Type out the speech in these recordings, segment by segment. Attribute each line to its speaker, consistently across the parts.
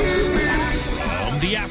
Speaker 1: From the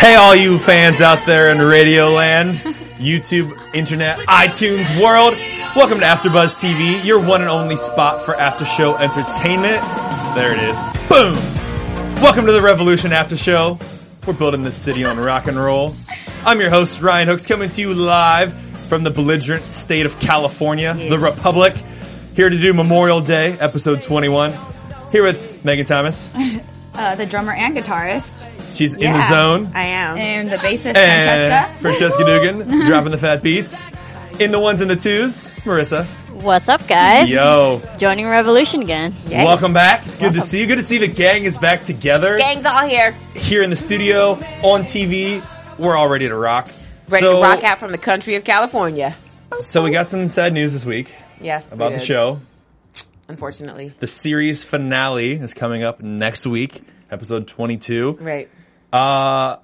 Speaker 2: Hey, all you fans out there in Radio Land, YouTube, Internet, iTunes world. Welcome to AfterBuzz TV, your one and only spot for after-show entertainment. There it is. Boom. Welcome to the Revolution After Show. We're building this city on rock and roll. I'm your host Ryan Hooks, coming to you live from the belligerent state of California, the Republic. Here to do Memorial Day, episode 21. Here with Megan Thomas.
Speaker 3: uh, the drummer and guitarist,
Speaker 2: She's in the
Speaker 3: Yeah.
Speaker 2: zone.
Speaker 4: I am.
Speaker 3: and the bassist
Speaker 2: And
Speaker 3: Francesca.
Speaker 2: Francesca Dugan dropping the fat beats. In the ones and the twos, Marissa.
Speaker 5: What's up, guys?
Speaker 2: Yo.
Speaker 5: Joining Revolution again.
Speaker 4: Yay.
Speaker 2: Welcome back. It's good to see you. Good to see the gang is back together
Speaker 4: Gang's all here.
Speaker 2: here in the studio, on TV. We're all ready to rock.
Speaker 4: Ready
Speaker 2: so,
Speaker 4: to rock out from the country of California.
Speaker 2: So we got some sad news this week
Speaker 4: Yes. we
Speaker 2: about the
Speaker 4: did,
Speaker 2: show.
Speaker 4: Unfortunately.
Speaker 2: The series finale is coming up next week, episode 22.
Speaker 4: Right.
Speaker 2: Uh,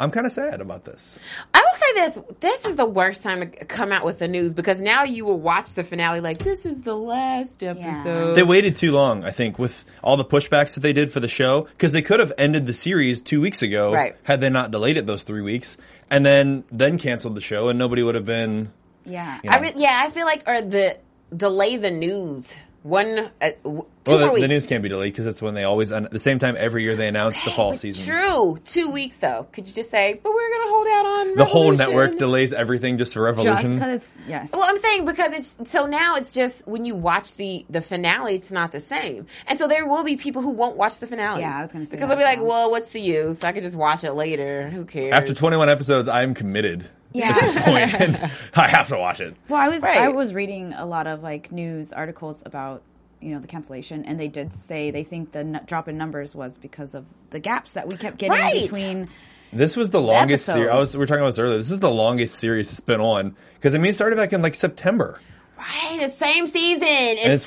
Speaker 2: I'm kind of sad about this.
Speaker 4: I will say this. This is the worst time to come out with the news because now you will watch the finale like this is the last episode.
Speaker 2: They waited too long, I think, with all the pushbacks that they did for the show, because they could have ended the series two weeks ago
Speaker 4: Right.
Speaker 2: had they not delayed it those three weeks, and then then canceled the show, and nobody would have been.
Speaker 3: Yeah.
Speaker 2: You know,
Speaker 4: I re- yeah, I feel like or the delay the news. One uh, w- two
Speaker 2: well, the,
Speaker 4: more weeks.
Speaker 2: the news can't be delayed because that's when they always un- the same time every year they announce the fall season.
Speaker 4: True. Two weeks though. Could you just say, but we're gonna hold out on
Speaker 2: The whole
Speaker 4: Revolution."
Speaker 2: network delays everything just for
Speaker 3: Just
Speaker 2: Revolution.
Speaker 3: because, yes.
Speaker 4: Well, I'm saying because it's so now it's just when you watch the the finale, it's not the same, and so there will be people who won't watch the finale.
Speaker 3: Yeah, I was gonna say
Speaker 4: because
Speaker 3: that
Speaker 4: they'll be like,
Speaker 3: too.
Speaker 4: "Well, what's the use? I could just watch it later. Who cares?"
Speaker 2: After 21 episodes, I'm committed at
Speaker 3: Yeah.
Speaker 2: this point, and I have to watch it.
Speaker 3: Well, I was
Speaker 4: Right.
Speaker 3: I was reading a lot of like news articles about you know the cancellation, and they did say they think the n- drop in numbers was because of the gaps that we kept getting
Speaker 4: Right.
Speaker 3: between.
Speaker 2: This was the longest series. I
Speaker 3: episodes.
Speaker 2: was we were talking about this earlier. This is the longest series it's been on because I mean it started back in like September.
Speaker 4: right, the same season, it's,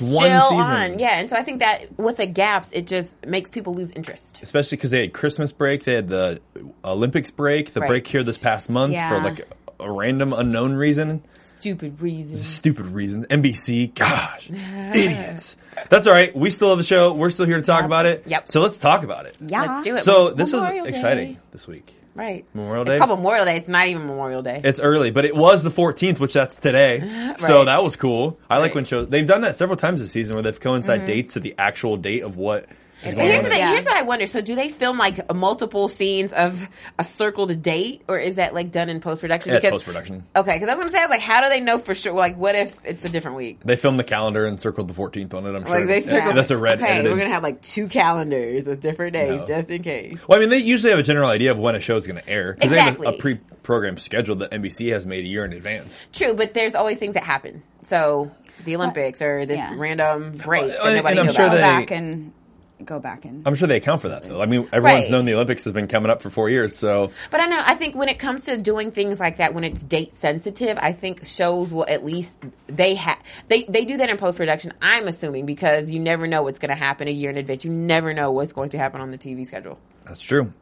Speaker 2: it's one
Speaker 4: still
Speaker 2: season.
Speaker 4: on. Yeah, and so I think that with the gaps, it just makes people lose interest.
Speaker 2: especially because they had Christmas break, they had the Olympics break, the
Speaker 4: Right.
Speaker 2: break here this past month
Speaker 3: Yeah.
Speaker 2: for like a random unknown reason,
Speaker 4: Stupid reasons.
Speaker 2: stupid reason. NBC, gosh, idiots. That's all right. We still have the show. We're still here to talk about it.
Speaker 4: Yep.
Speaker 2: So let's talk about it.
Speaker 3: Yeah.
Speaker 4: Let's do it.
Speaker 2: So this was
Speaker 4: Memorial Day.
Speaker 2: exciting this week.
Speaker 4: Right.
Speaker 2: Memorial Day?
Speaker 4: It's called Memorial Day. It's not even Memorial Day.
Speaker 2: It's early, but it was the 14th, which that's today. So
Speaker 4: Right.
Speaker 2: that was cool. I like
Speaker 4: Right.
Speaker 2: when shows they've done that several times this season where they've coincided dates to the actual date of what is
Speaker 4: But
Speaker 2: going
Speaker 4: Here's,
Speaker 2: on.
Speaker 4: the thing,
Speaker 3: Yeah.
Speaker 4: here's what I wonder. So, do they film like multiple scenes of a circled date, or is that like done in post production?
Speaker 2: Yeah, it's post-production.
Speaker 4: Okay, because that's what I'm saying. I was like, how do they know for sure? Like, what if it's a different week?
Speaker 2: They filmed the calendar and circled the 14th on it. I'm sure
Speaker 4: Like, they
Speaker 2: Yeah.
Speaker 4: circle.
Speaker 2: that's a red.
Speaker 4: Okay,
Speaker 2: edited.
Speaker 4: we're gonna have like two calendars of different days
Speaker 2: No.
Speaker 4: just in case.
Speaker 2: Well, I mean, they usually have a general idea of when a show is going to air because they have a- a,
Speaker 4: Exactly.
Speaker 2: pre-programmed schedule that NBC has made a year in advance.
Speaker 4: True, but there's always things that happen. So, the Olympics or this
Speaker 3: Yeah.
Speaker 4: random break
Speaker 2: Well,
Speaker 4: that
Speaker 2: and-
Speaker 4: nobody
Speaker 2: and I'm
Speaker 4: knew
Speaker 2: sure
Speaker 3: Go
Speaker 4: about.
Speaker 2: they- Um,
Speaker 3: back and go back and
Speaker 2: I'm sure they account for that, though. I mean, everyone's
Speaker 4: Right.
Speaker 2: known the Olympics has been coming up for four years, so
Speaker 4: But I know, I think when it comes to doing things like that, when it's date sensitive, I think shows will at least they have they they do that in post production. I'm assuming because you never know what's going to happen a year in advance. You never know what's going to happen on the TV schedule.
Speaker 2: that's true.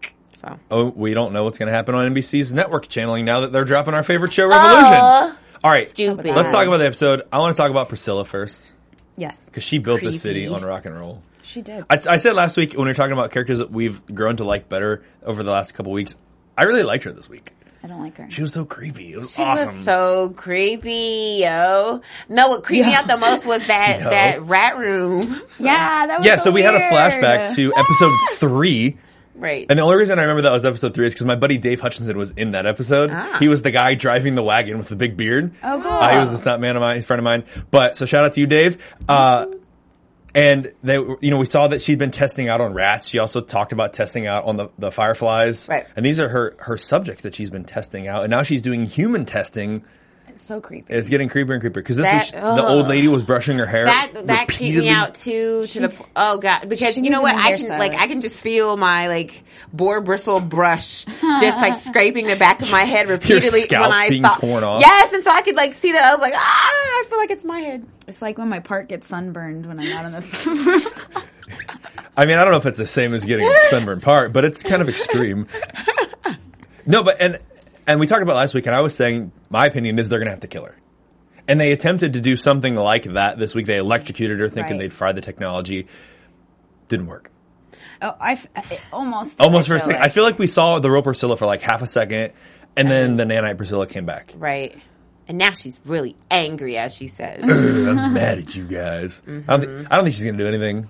Speaker 4: So
Speaker 2: Oh, we don't know what's going to happen on NBC's network channeling now that they're dropping our favorite show, Revolution. All right,
Speaker 4: stupid.
Speaker 2: let's talk about the episode. I want to talk about Priscilla first
Speaker 3: yes,
Speaker 2: because she built this
Speaker 4: Creepy.
Speaker 2: city on rock and roll.
Speaker 3: she did.
Speaker 2: I, I said last week when we were talking about characters that we've grown to like better over the last couple weeks. I really liked her this week.
Speaker 3: I don't like her.
Speaker 2: She was so creepy. It was
Speaker 4: She
Speaker 2: awesome.
Speaker 4: was so creepy, yo. No, what creeped me
Speaker 3: Yeah.
Speaker 4: out the most was that
Speaker 2: Yo.
Speaker 4: that rat room.
Speaker 3: yeah, that was
Speaker 2: yeah, so we had a
Speaker 3: weird.
Speaker 2: flashback to episode three.
Speaker 4: right.
Speaker 2: And the only reason I remember that was episode three is because my buddy Dave Hutchinson was in that episode.
Speaker 4: Ah.
Speaker 2: He was the guy driving the wagon with the big beard.
Speaker 3: Oh, cool.
Speaker 2: Uh, he was this not man of mine, he's a friend of mine. But so shout out to you, Dave. Uh, And they, you know, we saw that she'd been testing out on rats. She also talked about testing out on the, the fireflies.
Speaker 4: Right.
Speaker 2: And these are her, her subjects that she's been testing out. And now she's doing human testing.
Speaker 3: It's so creepy.
Speaker 2: It's getting creepier and creepier. Cause this
Speaker 4: That-
Speaker 2: week, the old lady was brushing her hair.
Speaker 4: that that creeped me
Speaker 2: repeatedly.
Speaker 4: out too. To the po- oh god, because you know
Speaker 3: was
Speaker 4: what?
Speaker 3: in a
Speaker 4: I can
Speaker 3: hairstylist.
Speaker 4: like I can just feel my like boar bristle brush just like scraping the back of my head repeatedly
Speaker 2: scalp
Speaker 4: when I
Speaker 2: being
Speaker 4: saw
Speaker 2: torn off.
Speaker 4: yes, and so I could like see that I was like ah, I feel like it's my head.
Speaker 3: It's like when my part gets sunburned when I'm out in the summer.
Speaker 2: I mean, I don't know if it's the same as getting sunburned part, but it's kind of extreme. No, but and and we talked about last week, and I was saying my opinion is they're going to have to kill her, and they attempted to do something like that this week. They electrocuted her, thinking
Speaker 3: Right.
Speaker 2: they'd fry the technology. Didn't work.
Speaker 3: oh, I f- I- almost.
Speaker 2: Almost
Speaker 3: I
Speaker 2: for a
Speaker 3: feel
Speaker 2: second,
Speaker 3: like.
Speaker 2: I feel like we saw the rope Priscilla for like half a second, and then the nanite Priscilla came back.
Speaker 4: Right. And now she's really angry, as she says.
Speaker 2: I'm mad at you guys. I, don't think, I don't think she's going to do anything.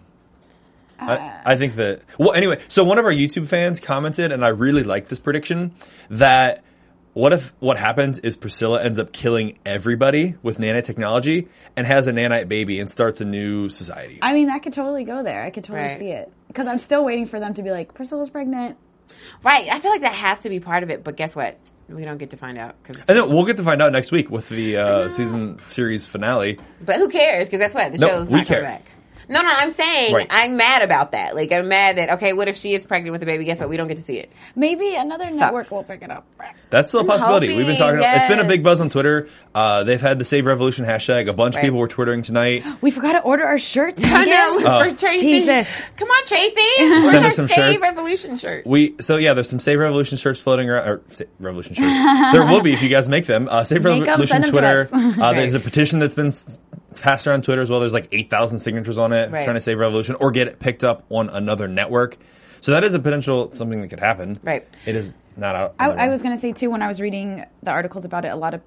Speaker 2: I, I think that. Well, anyway, so one of our YouTube fans commented, and I really like this prediction that what if what happens is Priscilla ends up killing everybody with nanotechnology and has a nanite baby and starts a new society?
Speaker 3: I mean, I could totally go there. I could totally
Speaker 4: Right.
Speaker 3: see it because I'm still waiting for them to be like, Priscilla's pregnant.
Speaker 4: right. I feel like that has to be part of it, but guess what? We don't get to find out. 'cause-
Speaker 2: and then we'll get to find out next week with the uh, season series finale.
Speaker 4: But who cares? Because that's what the
Speaker 2: No,
Speaker 4: show's
Speaker 2: we
Speaker 4: not
Speaker 2: care.
Speaker 4: coming back. No, no, I'm saying
Speaker 2: Right.
Speaker 4: I'm mad about that. Like I'm mad that okay, what if she is pregnant with a baby? Guess what? We don't get to see it.
Speaker 3: Maybe another network will pick it up.
Speaker 2: That's still a possibility. We've been talking.
Speaker 4: hoping,
Speaker 2: It's been a
Speaker 4: yes.
Speaker 2: big buzz on Twitter. Uh, they've had the Save Revolution hashtag. A bunch of
Speaker 4: Right.
Speaker 2: people were twittering tonight.
Speaker 3: We forgot to order our shirts.
Speaker 4: I
Speaker 3: Megan.
Speaker 2: Uh,
Speaker 4: know for Tracy.
Speaker 3: Jesus.
Speaker 4: Come on, Tracy. Where's
Speaker 2: Send
Speaker 4: our
Speaker 2: us some
Speaker 4: Save
Speaker 2: shirts.
Speaker 4: Revolution shirt.
Speaker 2: We so yeah, there's some Save Revolution shirts floating around. Or Sa- Revolution shirts. there will be if you guys make them. Uh, Save
Speaker 3: Make 'em,
Speaker 2: Revolution
Speaker 3: send 'em to
Speaker 2: Twitter.
Speaker 3: us.
Speaker 2: Uh, there's a petition that's been s- passed around Twitter as well. There's like eight thousand signatures on it
Speaker 4: Right.
Speaker 2: trying to save Revolution or get it picked up on another network. So that is a potential something that could happen.
Speaker 4: Right.
Speaker 2: It is not out.
Speaker 3: I, Oh, I was going to say too when I was reading the articles about it, a lot of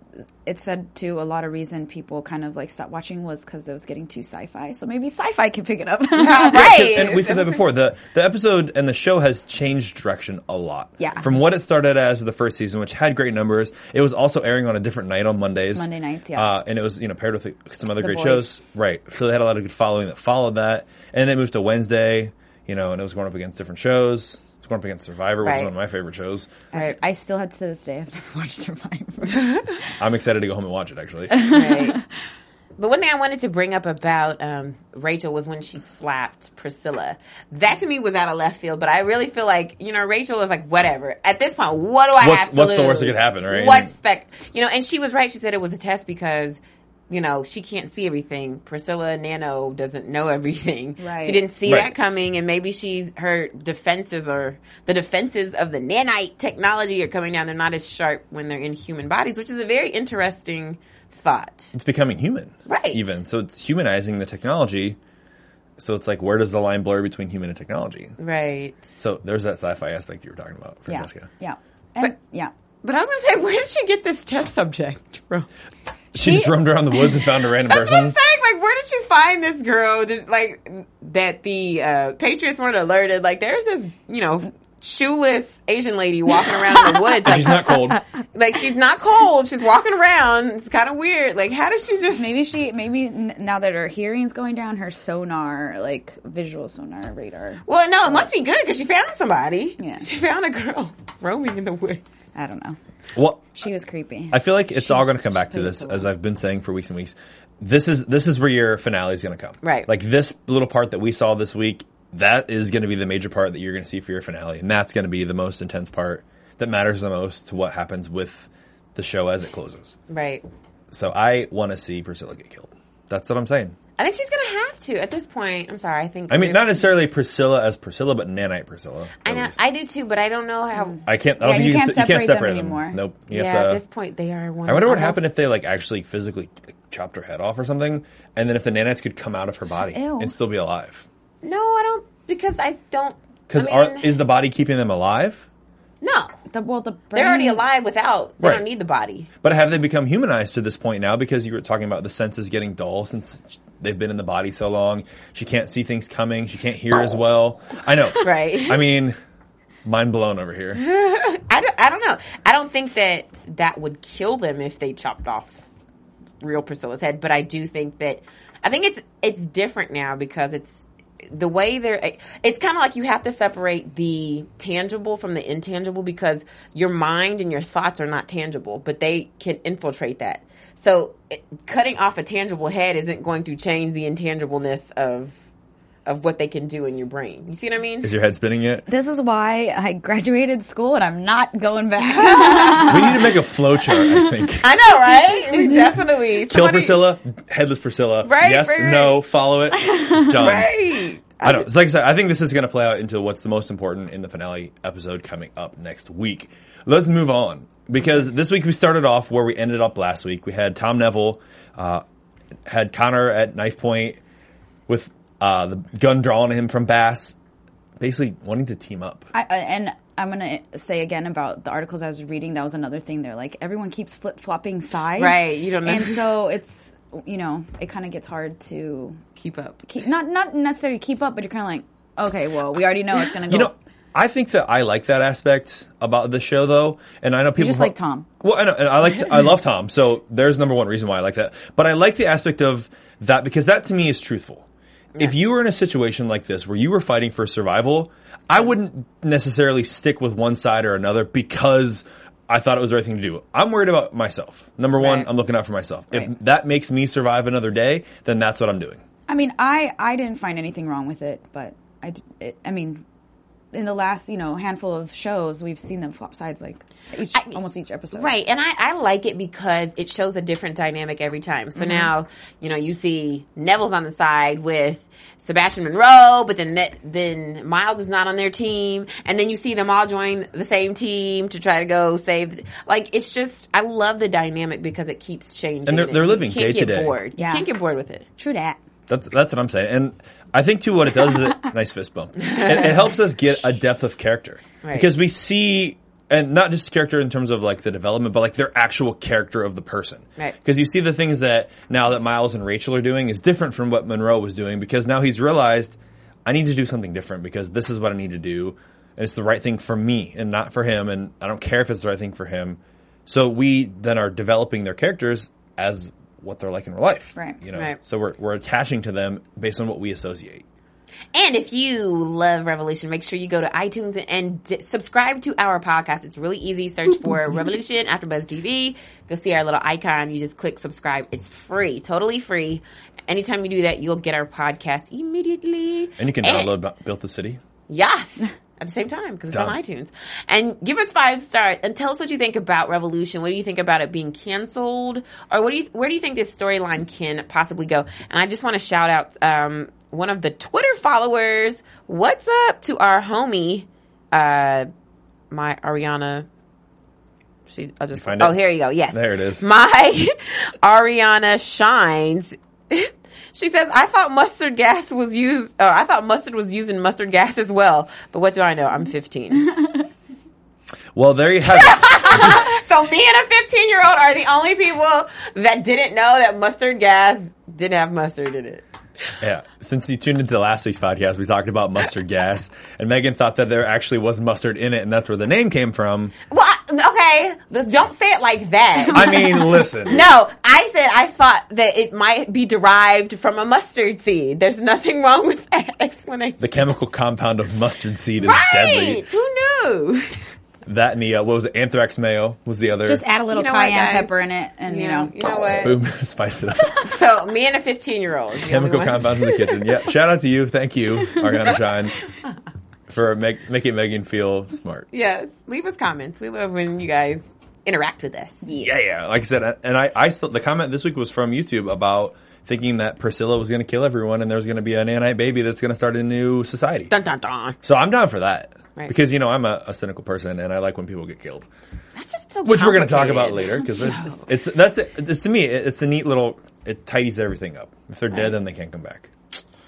Speaker 3: it said too a lot of reason people kind of like stopped watching was because it was getting too sci-fi. So maybe sci-fi can pick it up.
Speaker 4: right.
Speaker 2: And we said that before. The the episode and the show has changed direction a lot.
Speaker 3: Yeah.
Speaker 2: From what it started as the first season, which had great numbers, it was also airing on a different night on Mondays.
Speaker 3: Monday nights, yeah.
Speaker 2: Uh, and it was you know paired with some other
Speaker 3: The
Speaker 2: great
Speaker 3: Voice.
Speaker 2: shows, right? So they had a lot of good following that followed that, and then it moved to Wednesday. You know, and it was going up against different shows. It was going up against Survivor, which is
Speaker 4: Right.
Speaker 2: one of my favorite shows.
Speaker 3: I, I still had to this day I've never watched Survivor.
Speaker 2: I'm excited to go home and watch it. Actually,
Speaker 4: Right. But one thing I wanted to bring up about um, Rachel was when she slapped Priscilla. That to me was out of left field, but I really feel like you know Rachel is like whatever at this point. What do I
Speaker 2: What's-
Speaker 4: have to
Speaker 2: what's
Speaker 4: lose?
Speaker 2: the worst that could happen, right?
Speaker 4: What's that? You know, and she was right. She said it was a test because. You know, she can't see everything. Priscilla Nano doesn't know everything.
Speaker 3: Right.
Speaker 4: She didn't see
Speaker 2: Right.
Speaker 4: that coming, and maybe she's her defenses or the defenses of the nanite technology are coming down. They're not as sharp when they're in human bodies, which is a very interesting thought.
Speaker 2: it's becoming human,
Speaker 4: Right.
Speaker 2: Even so, it's humanizing the technology. So it's like, where does the line blur between human and technology?
Speaker 4: Right.
Speaker 2: So there's that sci-fi aspect you were talking about,
Speaker 3: yeah,
Speaker 2: Francesca.
Speaker 3: yeah, and
Speaker 4: But-
Speaker 3: yeah.
Speaker 4: But I was going to say, where did she get this test subject from?
Speaker 2: She just roamed around the woods and found a random
Speaker 4: That's what I'm
Speaker 2: person.
Speaker 4: saying. Like, where did she find this girl? Did, like that the uh, Patriots weren't alerted. Like, there's this, you know, shoeless Asian lady walking around in the woods. Like,
Speaker 2: She's not cold.
Speaker 4: like she's not cold. She's walking around. It's kind of weird. Like, how did she just?
Speaker 3: Maybe she maybe n- now that her hearing's going down, her sonar like visual sonar radar.
Speaker 4: Well, no, it must be good because she found somebody.
Speaker 3: Yeah.
Speaker 4: She found a girl roaming in the woods.
Speaker 3: I don't know.
Speaker 2: Well,
Speaker 3: She was creepy.
Speaker 2: I feel like it's all going to come back to
Speaker 3: played
Speaker 2: this,
Speaker 3: so
Speaker 2: as I've been saying for weeks and weeks. This is this is where your finale is going to come.
Speaker 4: Right.
Speaker 2: Like this little part that we saw this week, that is going to be the major part that you're going to see for your finale, and that's going to be the most intense part that matters the most to what happens with the show as it closes.
Speaker 4: Right.
Speaker 2: So I want to see Priscilla get killed. That's what I'm saying.
Speaker 4: I think she's gonna have to at this point. I'm sorry. I think.
Speaker 2: I mean, not necessarily Priscilla as Priscilla, but Nanite Priscilla.
Speaker 4: I
Speaker 2: at
Speaker 4: know.
Speaker 2: least.
Speaker 4: I do too, but I don't know how.
Speaker 2: Mm. I can't. I don't
Speaker 3: Yeah,
Speaker 2: think
Speaker 3: you
Speaker 2: you,
Speaker 3: can't
Speaker 2: can, se- you can't
Speaker 3: separate
Speaker 2: separate
Speaker 3: them
Speaker 2: them.
Speaker 3: anymore.
Speaker 2: Nope. You
Speaker 4: yeah,
Speaker 2: have to,
Speaker 4: at this point they are one.
Speaker 2: I wonder what
Speaker 4: almost-
Speaker 2: happened if they like actually physically like, chopped her head off or something, and then if the nanites could come out of her body
Speaker 3: Ew.
Speaker 2: and still be alive.
Speaker 4: No, I don't because I don't.
Speaker 2: Because
Speaker 4: I mean,
Speaker 2: is the body keeping them alive?
Speaker 4: no,
Speaker 3: the, well, the brain,
Speaker 4: they're already alive without. They
Speaker 2: Right.
Speaker 4: don't need the body.
Speaker 2: But have they become humanized to this point now? Because you were talking about the senses getting dull since they've been in the body so long. She can't see things coming. She can't hear as well. I know.
Speaker 4: Right.
Speaker 2: I mean, mind blown over here.
Speaker 4: I don't, I don't know. I don't think that that would kill them if they chopped off real Priscilla's head, but I do think that I think it's it's different now because it's the way they're it's kind of like you have to separate the tangible from the intangible because your mind and your thoughts are not tangible, but they can infiltrate that. So it, cutting off a tangible head isn't going to change the intangibleness of of what they can do in your brain. You see what I mean?
Speaker 2: Is your head spinning yet?
Speaker 3: This is why I graduated school and I'm not going back.
Speaker 2: we need to make a flow chart, I think.
Speaker 4: I know, right? We definitely
Speaker 2: Kill
Speaker 4: Somebody-
Speaker 2: Priscilla, headless Priscilla.
Speaker 4: Right,
Speaker 2: yes,
Speaker 4: right, right.
Speaker 2: no, follow it. Done.
Speaker 4: Right.
Speaker 2: I don't. it's Like I said, I think this is going to play out into what's the most important in the finale episode coming up next week. Let's move on because this week we started off where we ended up last week. We had Tom Neville, uh, had Connor at knife point with uh, the gun drawn on him from Bass, basically wanting to team up.
Speaker 3: I, I- and I'm gonna say again about the articles I was reading. That was another thing. They're like everyone keeps flip flopping sides,
Speaker 4: Right, you don't know.
Speaker 3: And so it's you know it kind of gets hard to
Speaker 4: Keep up.
Speaker 3: keep not not necessarily keep up, but you're kind of like okay, well we already know it's gonna go.
Speaker 2: You know, I think that I like that aspect about the show, though, and I know people
Speaker 3: just like Tom.
Speaker 2: Well, I know, and I like to, I love Tom, so there's number one reason why I like that. But I like the aspect of that because that to me is truthful. If you were in a situation like this where you were fighting for survival, I wouldn't necessarily stick with one side or another because I thought it was the right thing to do. I'm worried about myself. Number one,
Speaker 4: Right.
Speaker 2: I'm looking out for myself. If
Speaker 3: Right.
Speaker 2: that makes me survive another day, then that's what I'm doing.
Speaker 3: I mean, I I didn't find anything wrong with it, but I d- it, I mean. In the last, you know, handful of shows, we've seen them flop sides like each, almost each episode.
Speaker 4: Right, and I, I like it because it shows a different dynamic every time.
Speaker 2: Mm-hmm.
Speaker 4: So now, you know, you see Neville's on the side with Sebastian Monroe, but then that, then Miles is not on their team, and then you see them all join the same team to try to go save. the- Like it's just, I love the dynamic because it keeps changing,
Speaker 2: And they're-
Speaker 4: it.
Speaker 2: they're living
Speaker 4: you can't
Speaker 2: day to
Speaker 4: get
Speaker 2: day.
Speaker 4: Bored.
Speaker 3: Yeah.
Speaker 4: You can't get bored with it.
Speaker 3: True that.
Speaker 2: That's that's what I'm saying, and I think too what it does is it nice fist bump. It, it helps us get a depth of character
Speaker 4: Right.
Speaker 2: because we see, and not just character in terms of like the development, but like their actual character of the person.
Speaker 4: Right.
Speaker 2: Because you see the things that now that Miles and Rachel are doing is different from what Monroe was doing because now he's realized I need to do something different because this is what I need to do, and it's the right thing for me and not for him, and I don't care if it's the right thing for him. So we then are developing their characters as what they're like in real life.
Speaker 3: Right.
Speaker 2: You know.
Speaker 4: Right.
Speaker 2: So we're, we're attaching to them based on what we associate.
Speaker 4: And if you love Revolution, make sure you go to iTunes and d- subscribe to our podcast. It's really easy. Search for Revolution after Buzz TV. Go see our little icon. You just click subscribe. It's free, totally free. Anytime you do that, you'll get our podcast immediately.
Speaker 2: And you can download Bu- Built the City.
Speaker 4: Yes. At the same time, because it's on
Speaker 2: Done.
Speaker 4: iTunes. And give us five stars and tell us what you think about Revolution. What do you think about it being canceled? Or what do you, where do you think this storyline can possibly go? And I just want to shout out, um, one of the Twitter followers. What's up to our homie, uh, my Ariana. She, I'll just,
Speaker 2: find
Speaker 4: oh,
Speaker 2: it?
Speaker 4: here you go. Yes.
Speaker 2: There it is.
Speaker 4: My Ariana Shines. She says, I thought mustard gas was used, or I thought mustard was used in mustard gas as well. But what do I know? I'm 15.
Speaker 2: Well, there you have it.
Speaker 4: so me and a 15 year old are the only people that didn't know that mustard gas didn't have mustard in it.
Speaker 2: Yeah. Since you tuned into last week's podcast, we talked about mustard gas, and Megan thought that there actually was mustard in it, and that's where the name came from.
Speaker 4: Well, I- okay, don't say it like that.
Speaker 2: I mean, listen.
Speaker 4: No, I said I thought that it might be derived from a mustard seed. There's nothing wrong with that explanation.
Speaker 2: The chemical compound of mustard seed is
Speaker 4: right?
Speaker 2: deadly.
Speaker 4: Who knew?
Speaker 2: That and the, uh, what was it, anthrax mayo was the other.
Speaker 3: Just add a little
Speaker 4: You know what,
Speaker 3: cayenne
Speaker 4: guys?
Speaker 3: pepper in it, and you know,
Speaker 4: you know what?
Speaker 2: Boom, spice it up.
Speaker 4: So me and a 15 year old.
Speaker 2: chemical compounds in the kitchen. Yeah. Shout out to you. Thank you, Ariana Shine, for make, making Megan feel smart.
Speaker 4: Yes. Leave us comments. We love when you guys interact with us.
Speaker 2: Yeah, yeah. Like I said, uh, and I, I still the comment this week was from YouTube about thinking that Priscilla was going to kill everyone and there's going to be an Annite baby that's going to start a new society.
Speaker 4: Dun dun dun.
Speaker 2: So I'm down for that
Speaker 4: Right.
Speaker 2: because you know I'm a, a cynical person and I like when people get killed,
Speaker 4: That's just so
Speaker 2: which we're going to talk about
Speaker 4: complicated.
Speaker 2: later because it's that's it. It's, to me, it, it's a neat little. It tidies everything up. If they're dead, then they can't come back.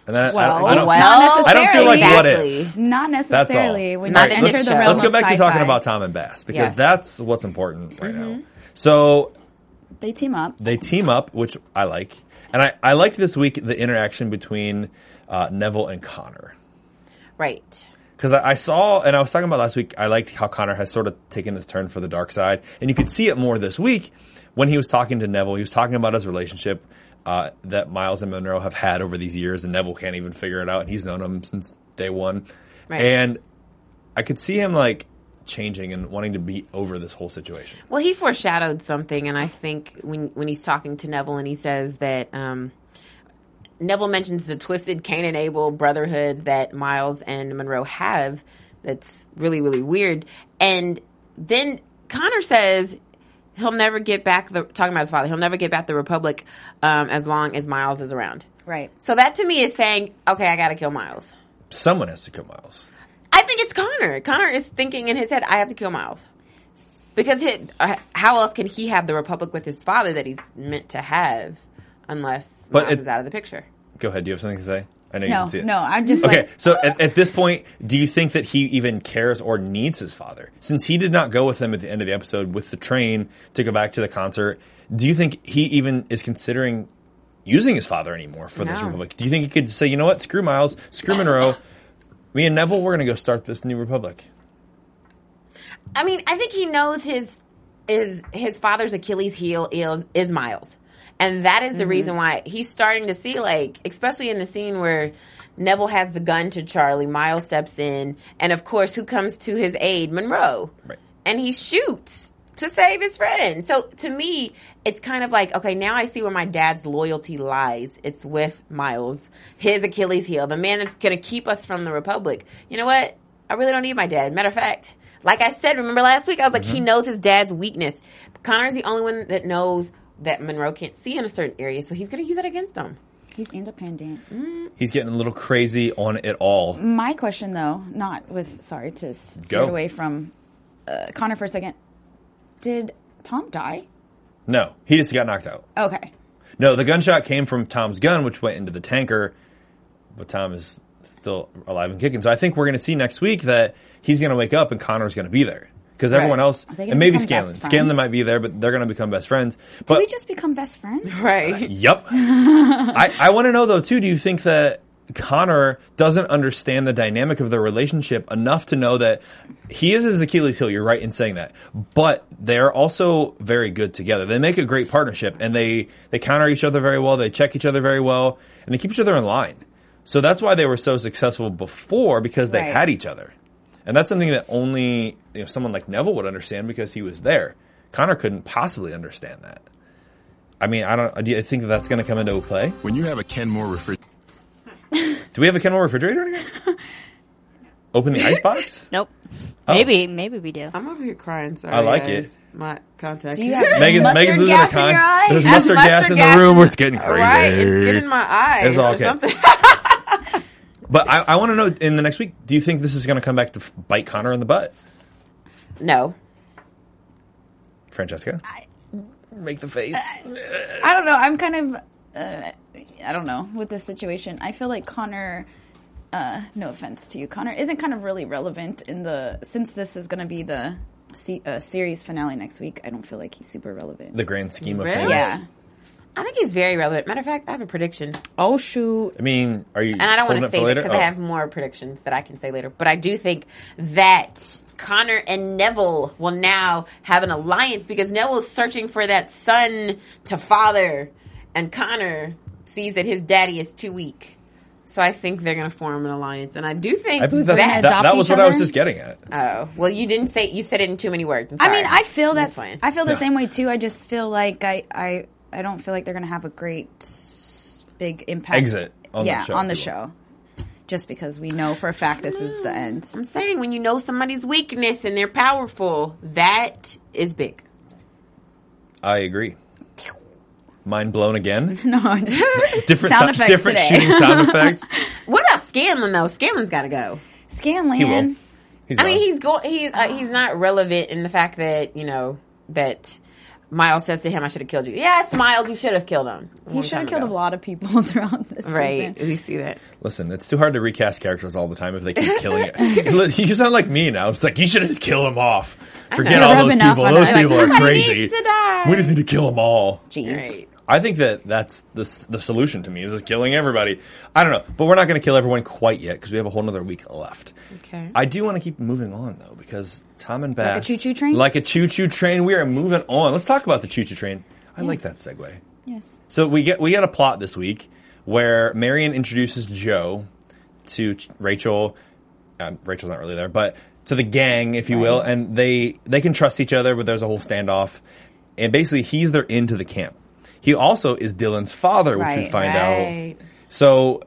Speaker 2: And that, I-
Speaker 4: Well,
Speaker 2: I, don't,
Speaker 4: well,
Speaker 2: I don't feel like what if.
Speaker 4: exactly.
Speaker 3: not
Speaker 2: That's all.
Speaker 3: necessarily when
Speaker 4: Not
Speaker 3: you
Speaker 4: in
Speaker 3: enter
Speaker 4: this
Speaker 3: the
Speaker 4: show.
Speaker 3: realm
Speaker 2: Let's go
Speaker 3: of
Speaker 2: back to talking
Speaker 3: sci-fi.
Speaker 2: about Tom and Bass because
Speaker 4: Yes. Mm-hmm.
Speaker 2: that's what's important right now. So
Speaker 3: They team up.
Speaker 2: they team up, which I like. And I, I liked this week the interaction between uh, Neville and Connor.
Speaker 4: Right.
Speaker 2: because I, I saw and I was talking about last week. I liked how Connor has sort of taken this turn for the dark side, and you could see it more this week when he was talking to Neville. He was talking about his relationship uh, that Miles and Monroe have had over these years, and Neville can't even figure it out, and he's known him since day one.
Speaker 4: Right.
Speaker 2: And I could see him like changing and wanting to be over this whole situation.
Speaker 4: Well, he foreshadowed something, and I think when when he's talking to Neville and he says that um, Neville mentions the twisted Cain and Abel brotherhood that Miles and Monroe have. That's really really weird. And then Connor says he'll never get back the talking about his father. He'll never get back the Republic um, as long as Miles is around.
Speaker 3: Right.
Speaker 4: So that to me is saying, okay, I got to kill Miles.
Speaker 2: Someone has to kill Miles.
Speaker 4: I think it's Connor. Connor is thinking in his head, I have to kill Miles. Because his, uh, how else can he have the Republic with his father that he's meant to have unless
Speaker 2: But
Speaker 4: Miles
Speaker 2: it-
Speaker 4: is out of the picture?
Speaker 2: Go ahead. Do you have something to say? I know you
Speaker 3: No,
Speaker 2: can see it.
Speaker 3: no, I'm just
Speaker 2: Okay,
Speaker 3: like,
Speaker 2: so at, at this point, do you think that he even cares or needs his father? Since he did not go with him at the end of the episode with the train to go back to the concert, do you think he even is considering using his father anymore for this
Speaker 4: No.
Speaker 2: republic? Do you think he could say, you know what, screw Miles, screw Monroe, me and Neville, we're going to go start this new republic?
Speaker 4: I mean, I think he knows his is his father's Achilles heel is, is Miles. And that is the
Speaker 2: Mm-hmm.
Speaker 4: reason why he's starting to see like especially in the scene where Neville has the gun to Charlie, Miles steps in, and of course who comes to his aid? Monroe.
Speaker 2: Right.
Speaker 4: And he shoots to save his friend. So to me, it's kind of like, okay, now I see where my dad's loyalty lies. It's with Miles, his Achilles heel, the man that's going to keep us from the Republic. You know what? I really don't need my dad. Matter of fact, like I said, remember last week, I was like,
Speaker 2: Mm-hmm.
Speaker 4: he knows his dad's weakness. Connor's the only one that knows that Monroe can't see in a certain area, so he's going to use it against him.
Speaker 3: he's independent.
Speaker 2: He's getting a little crazy on it all.
Speaker 3: My question, though, not with sorry to s-
Speaker 2: Go.
Speaker 3: steer away from uh, Connor for a second. Did Tom die?
Speaker 2: No, he just got knocked out.
Speaker 3: Okay.
Speaker 2: No, the gunshot came from Tom's gun, which went into the tanker, but Tom is still alive and kicking. So I think we're going to see next week that he's going to wake up and Connor's going to be there because everyone else,
Speaker 3: Are they gonna
Speaker 2: and maybe
Speaker 3: become
Speaker 2: Scanlan.
Speaker 3: best
Speaker 2: Scanlan
Speaker 3: friends?
Speaker 2: might be there, but they're going to become best friends. But
Speaker 3: we just become best friends.
Speaker 4: Right.
Speaker 2: Yep. I, I want to know though too. Do you think that Connor doesn't understand the dynamic of their relationship enough to know that he is his Achilles heel? You're right in saying that, but they're also very good together. They make a great partnership, and they they counter each other very well. They check each other very well, and they keep each other in line. So that's why they were so successful before because they
Speaker 3: Right.
Speaker 2: had each other, and that's something that only you know, someone like Neville would understand because he was there. Connor couldn't possibly understand that. I mean, I don't. Do you think that that's going to come into play?
Speaker 6: When you have a Kenmore refrigerator,
Speaker 2: Do we have a Kenmore refrigerator in here? Open the ice box.
Speaker 5: Nope. Maybe, maybe we do.
Speaker 4: I'm over here crying. Sorry.
Speaker 2: I like it.
Speaker 4: My contact.
Speaker 3: Do you have
Speaker 2: Megan,
Speaker 3: mustard
Speaker 2: Megan's losing her
Speaker 3: gas in
Speaker 2: mind.
Speaker 3: your eye?
Speaker 2: There's
Speaker 4: That's
Speaker 2: mustard, gas
Speaker 4: mustard
Speaker 2: in
Speaker 4: gas
Speaker 2: the room.
Speaker 4: in-
Speaker 2: We're just getting crazy.
Speaker 4: Right, it's getting in my eyes
Speaker 2: It's all
Speaker 4: or
Speaker 2: okay.
Speaker 4: something.
Speaker 2: But I, I want to know in the next week. Do you think this is going to come back to f- bite Connor in the butt,
Speaker 4: no,
Speaker 2: Francesca? Make the face.
Speaker 3: I don't know. I'm kind of, uh, I don't know, with this situation. I feel like Connor, uh, no offense to you, Connor, isn't kind of really relevant in the, since this is going to be the se- uh, series finale next week, I don't feel like he's super relevant.
Speaker 2: The grand scheme of
Speaker 4: Really?
Speaker 2: things.
Speaker 3: yeah.
Speaker 4: I think he's very relevant. Matter of fact, I have a prediction,
Speaker 3: Oh, shoot.
Speaker 2: I mean, are you?
Speaker 4: and I don't want
Speaker 2: holding
Speaker 4: to
Speaker 2: it for
Speaker 4: say it
Speaker 2: later?
Speaker 4: because
Speaker 2: Oh.
Speaker 4: I have more predictions that I can say later. But I do think that Connor and Neville will now have an alliance because Neville's searching for that son to father, and Connor sees that his daddy is too weak. So I think they're going to form an alliance, and I do think
Speaker 2: I believe that's,
Speaker 4: that.
Speaker 2: that, that,
Speaker 3: adopt
Speaker 2: was
Speaker 3: each
Speaker 2: what I was
Speaker 3: other?
Speaker 2: just getting at.
Speaker 4: oh well, you didn't say you said it in too many words. I'm
Speaker 3: I
Speaker 4: sorry.
Speaker 3: mean, I feel that,
Speaker 4: That's fine.
Speaker 3: I feel the
Speaker 2: Yeah.
Speaker 3: same way too. I just feel like I, I, I don't feel like they're going to have a great, s- big impact.
Speaker 2: Exit on the
Speaker 3: yeah,
Speaker 2: show,
Speaker 3: on the
Speaker 2: people.
Speaker 3: show. Just because we know for a fact this is the end.
Speaker 4: I'm saying when you know somebody's weakness and they're powerful, that is big.
Speaker 2: I agree. Mind blown again.
Speaker 3: No, I'm just-
Speaker 2: Different,
Speaker 3: sound
Speaker 2: sou-
Speaker 3: effects
Speaker 2: different
Speaker 3: today.
Speaker 2: shooting sound effects.
Speaker 4: What about Scanlon though? Scanlon's got to go.
Speaker 3: Scanlan.
Speaker 2: He will. He's
Speaker 4: I
Speaker 2: gone.
Speaker 4: mean, he's going. He's uh, he's not relevant in the fact that you know that Miles says to him, "I should have killed you." Yes, Miles, you should have killed him.
Speaker 3: He should have killed a lot of people throughout this.
Speaker 4: Right?
Speaker 3: season.
Speaker 4: We see that.
Speaker 2: Listen, it's too hard to recast characters all the time if they keep killing it. you sound like me now. It's like you should just kill them off. Forget
Speaker 3: know.
Speaker 2: all
Speaker 3: They're
Speaker 2: those
Speaker 3: rubbing off
Speaker 2: people.
Speaker 3: on
Speaker 2: Those
Speaker 3: us.
Speaker 2: people are
Speaker 4: Somebody
Speaker 2: crazy.
Speaker 4: needs to die.
Speaker 2: We just need to kill them all.
Speaker 3: Jeez.
Speaker 4: Right.
Speaker 2: I think that that's the, s- the solution to me is just killing everybody. I don't know, but we're not going to kill everyone quite yet because we have a whole other week left.
Speaker 4: Okay.
Speaker 2: I do want to keep moving on though because Tom and Bass,
Speaker 3: choo-choo train?
Speaker 2: like a choo choo train. We are moving on. Let's talk about the choo choo train. I like that segue.
Speaker 3: Yes.
Speaker 2: So we get we got a plot this week where Marion introduces Joe to Ch- Rachel. Um, Rachel's not really there, but to the gang, if you will, and they they can trust each other, but there's a whole standoff, and basically he's their into the camp. He also is Dylan's father, which we
Speaker 3: Right,
Speaker 2: find
Speaker 4: right.
Speaker 2: out. So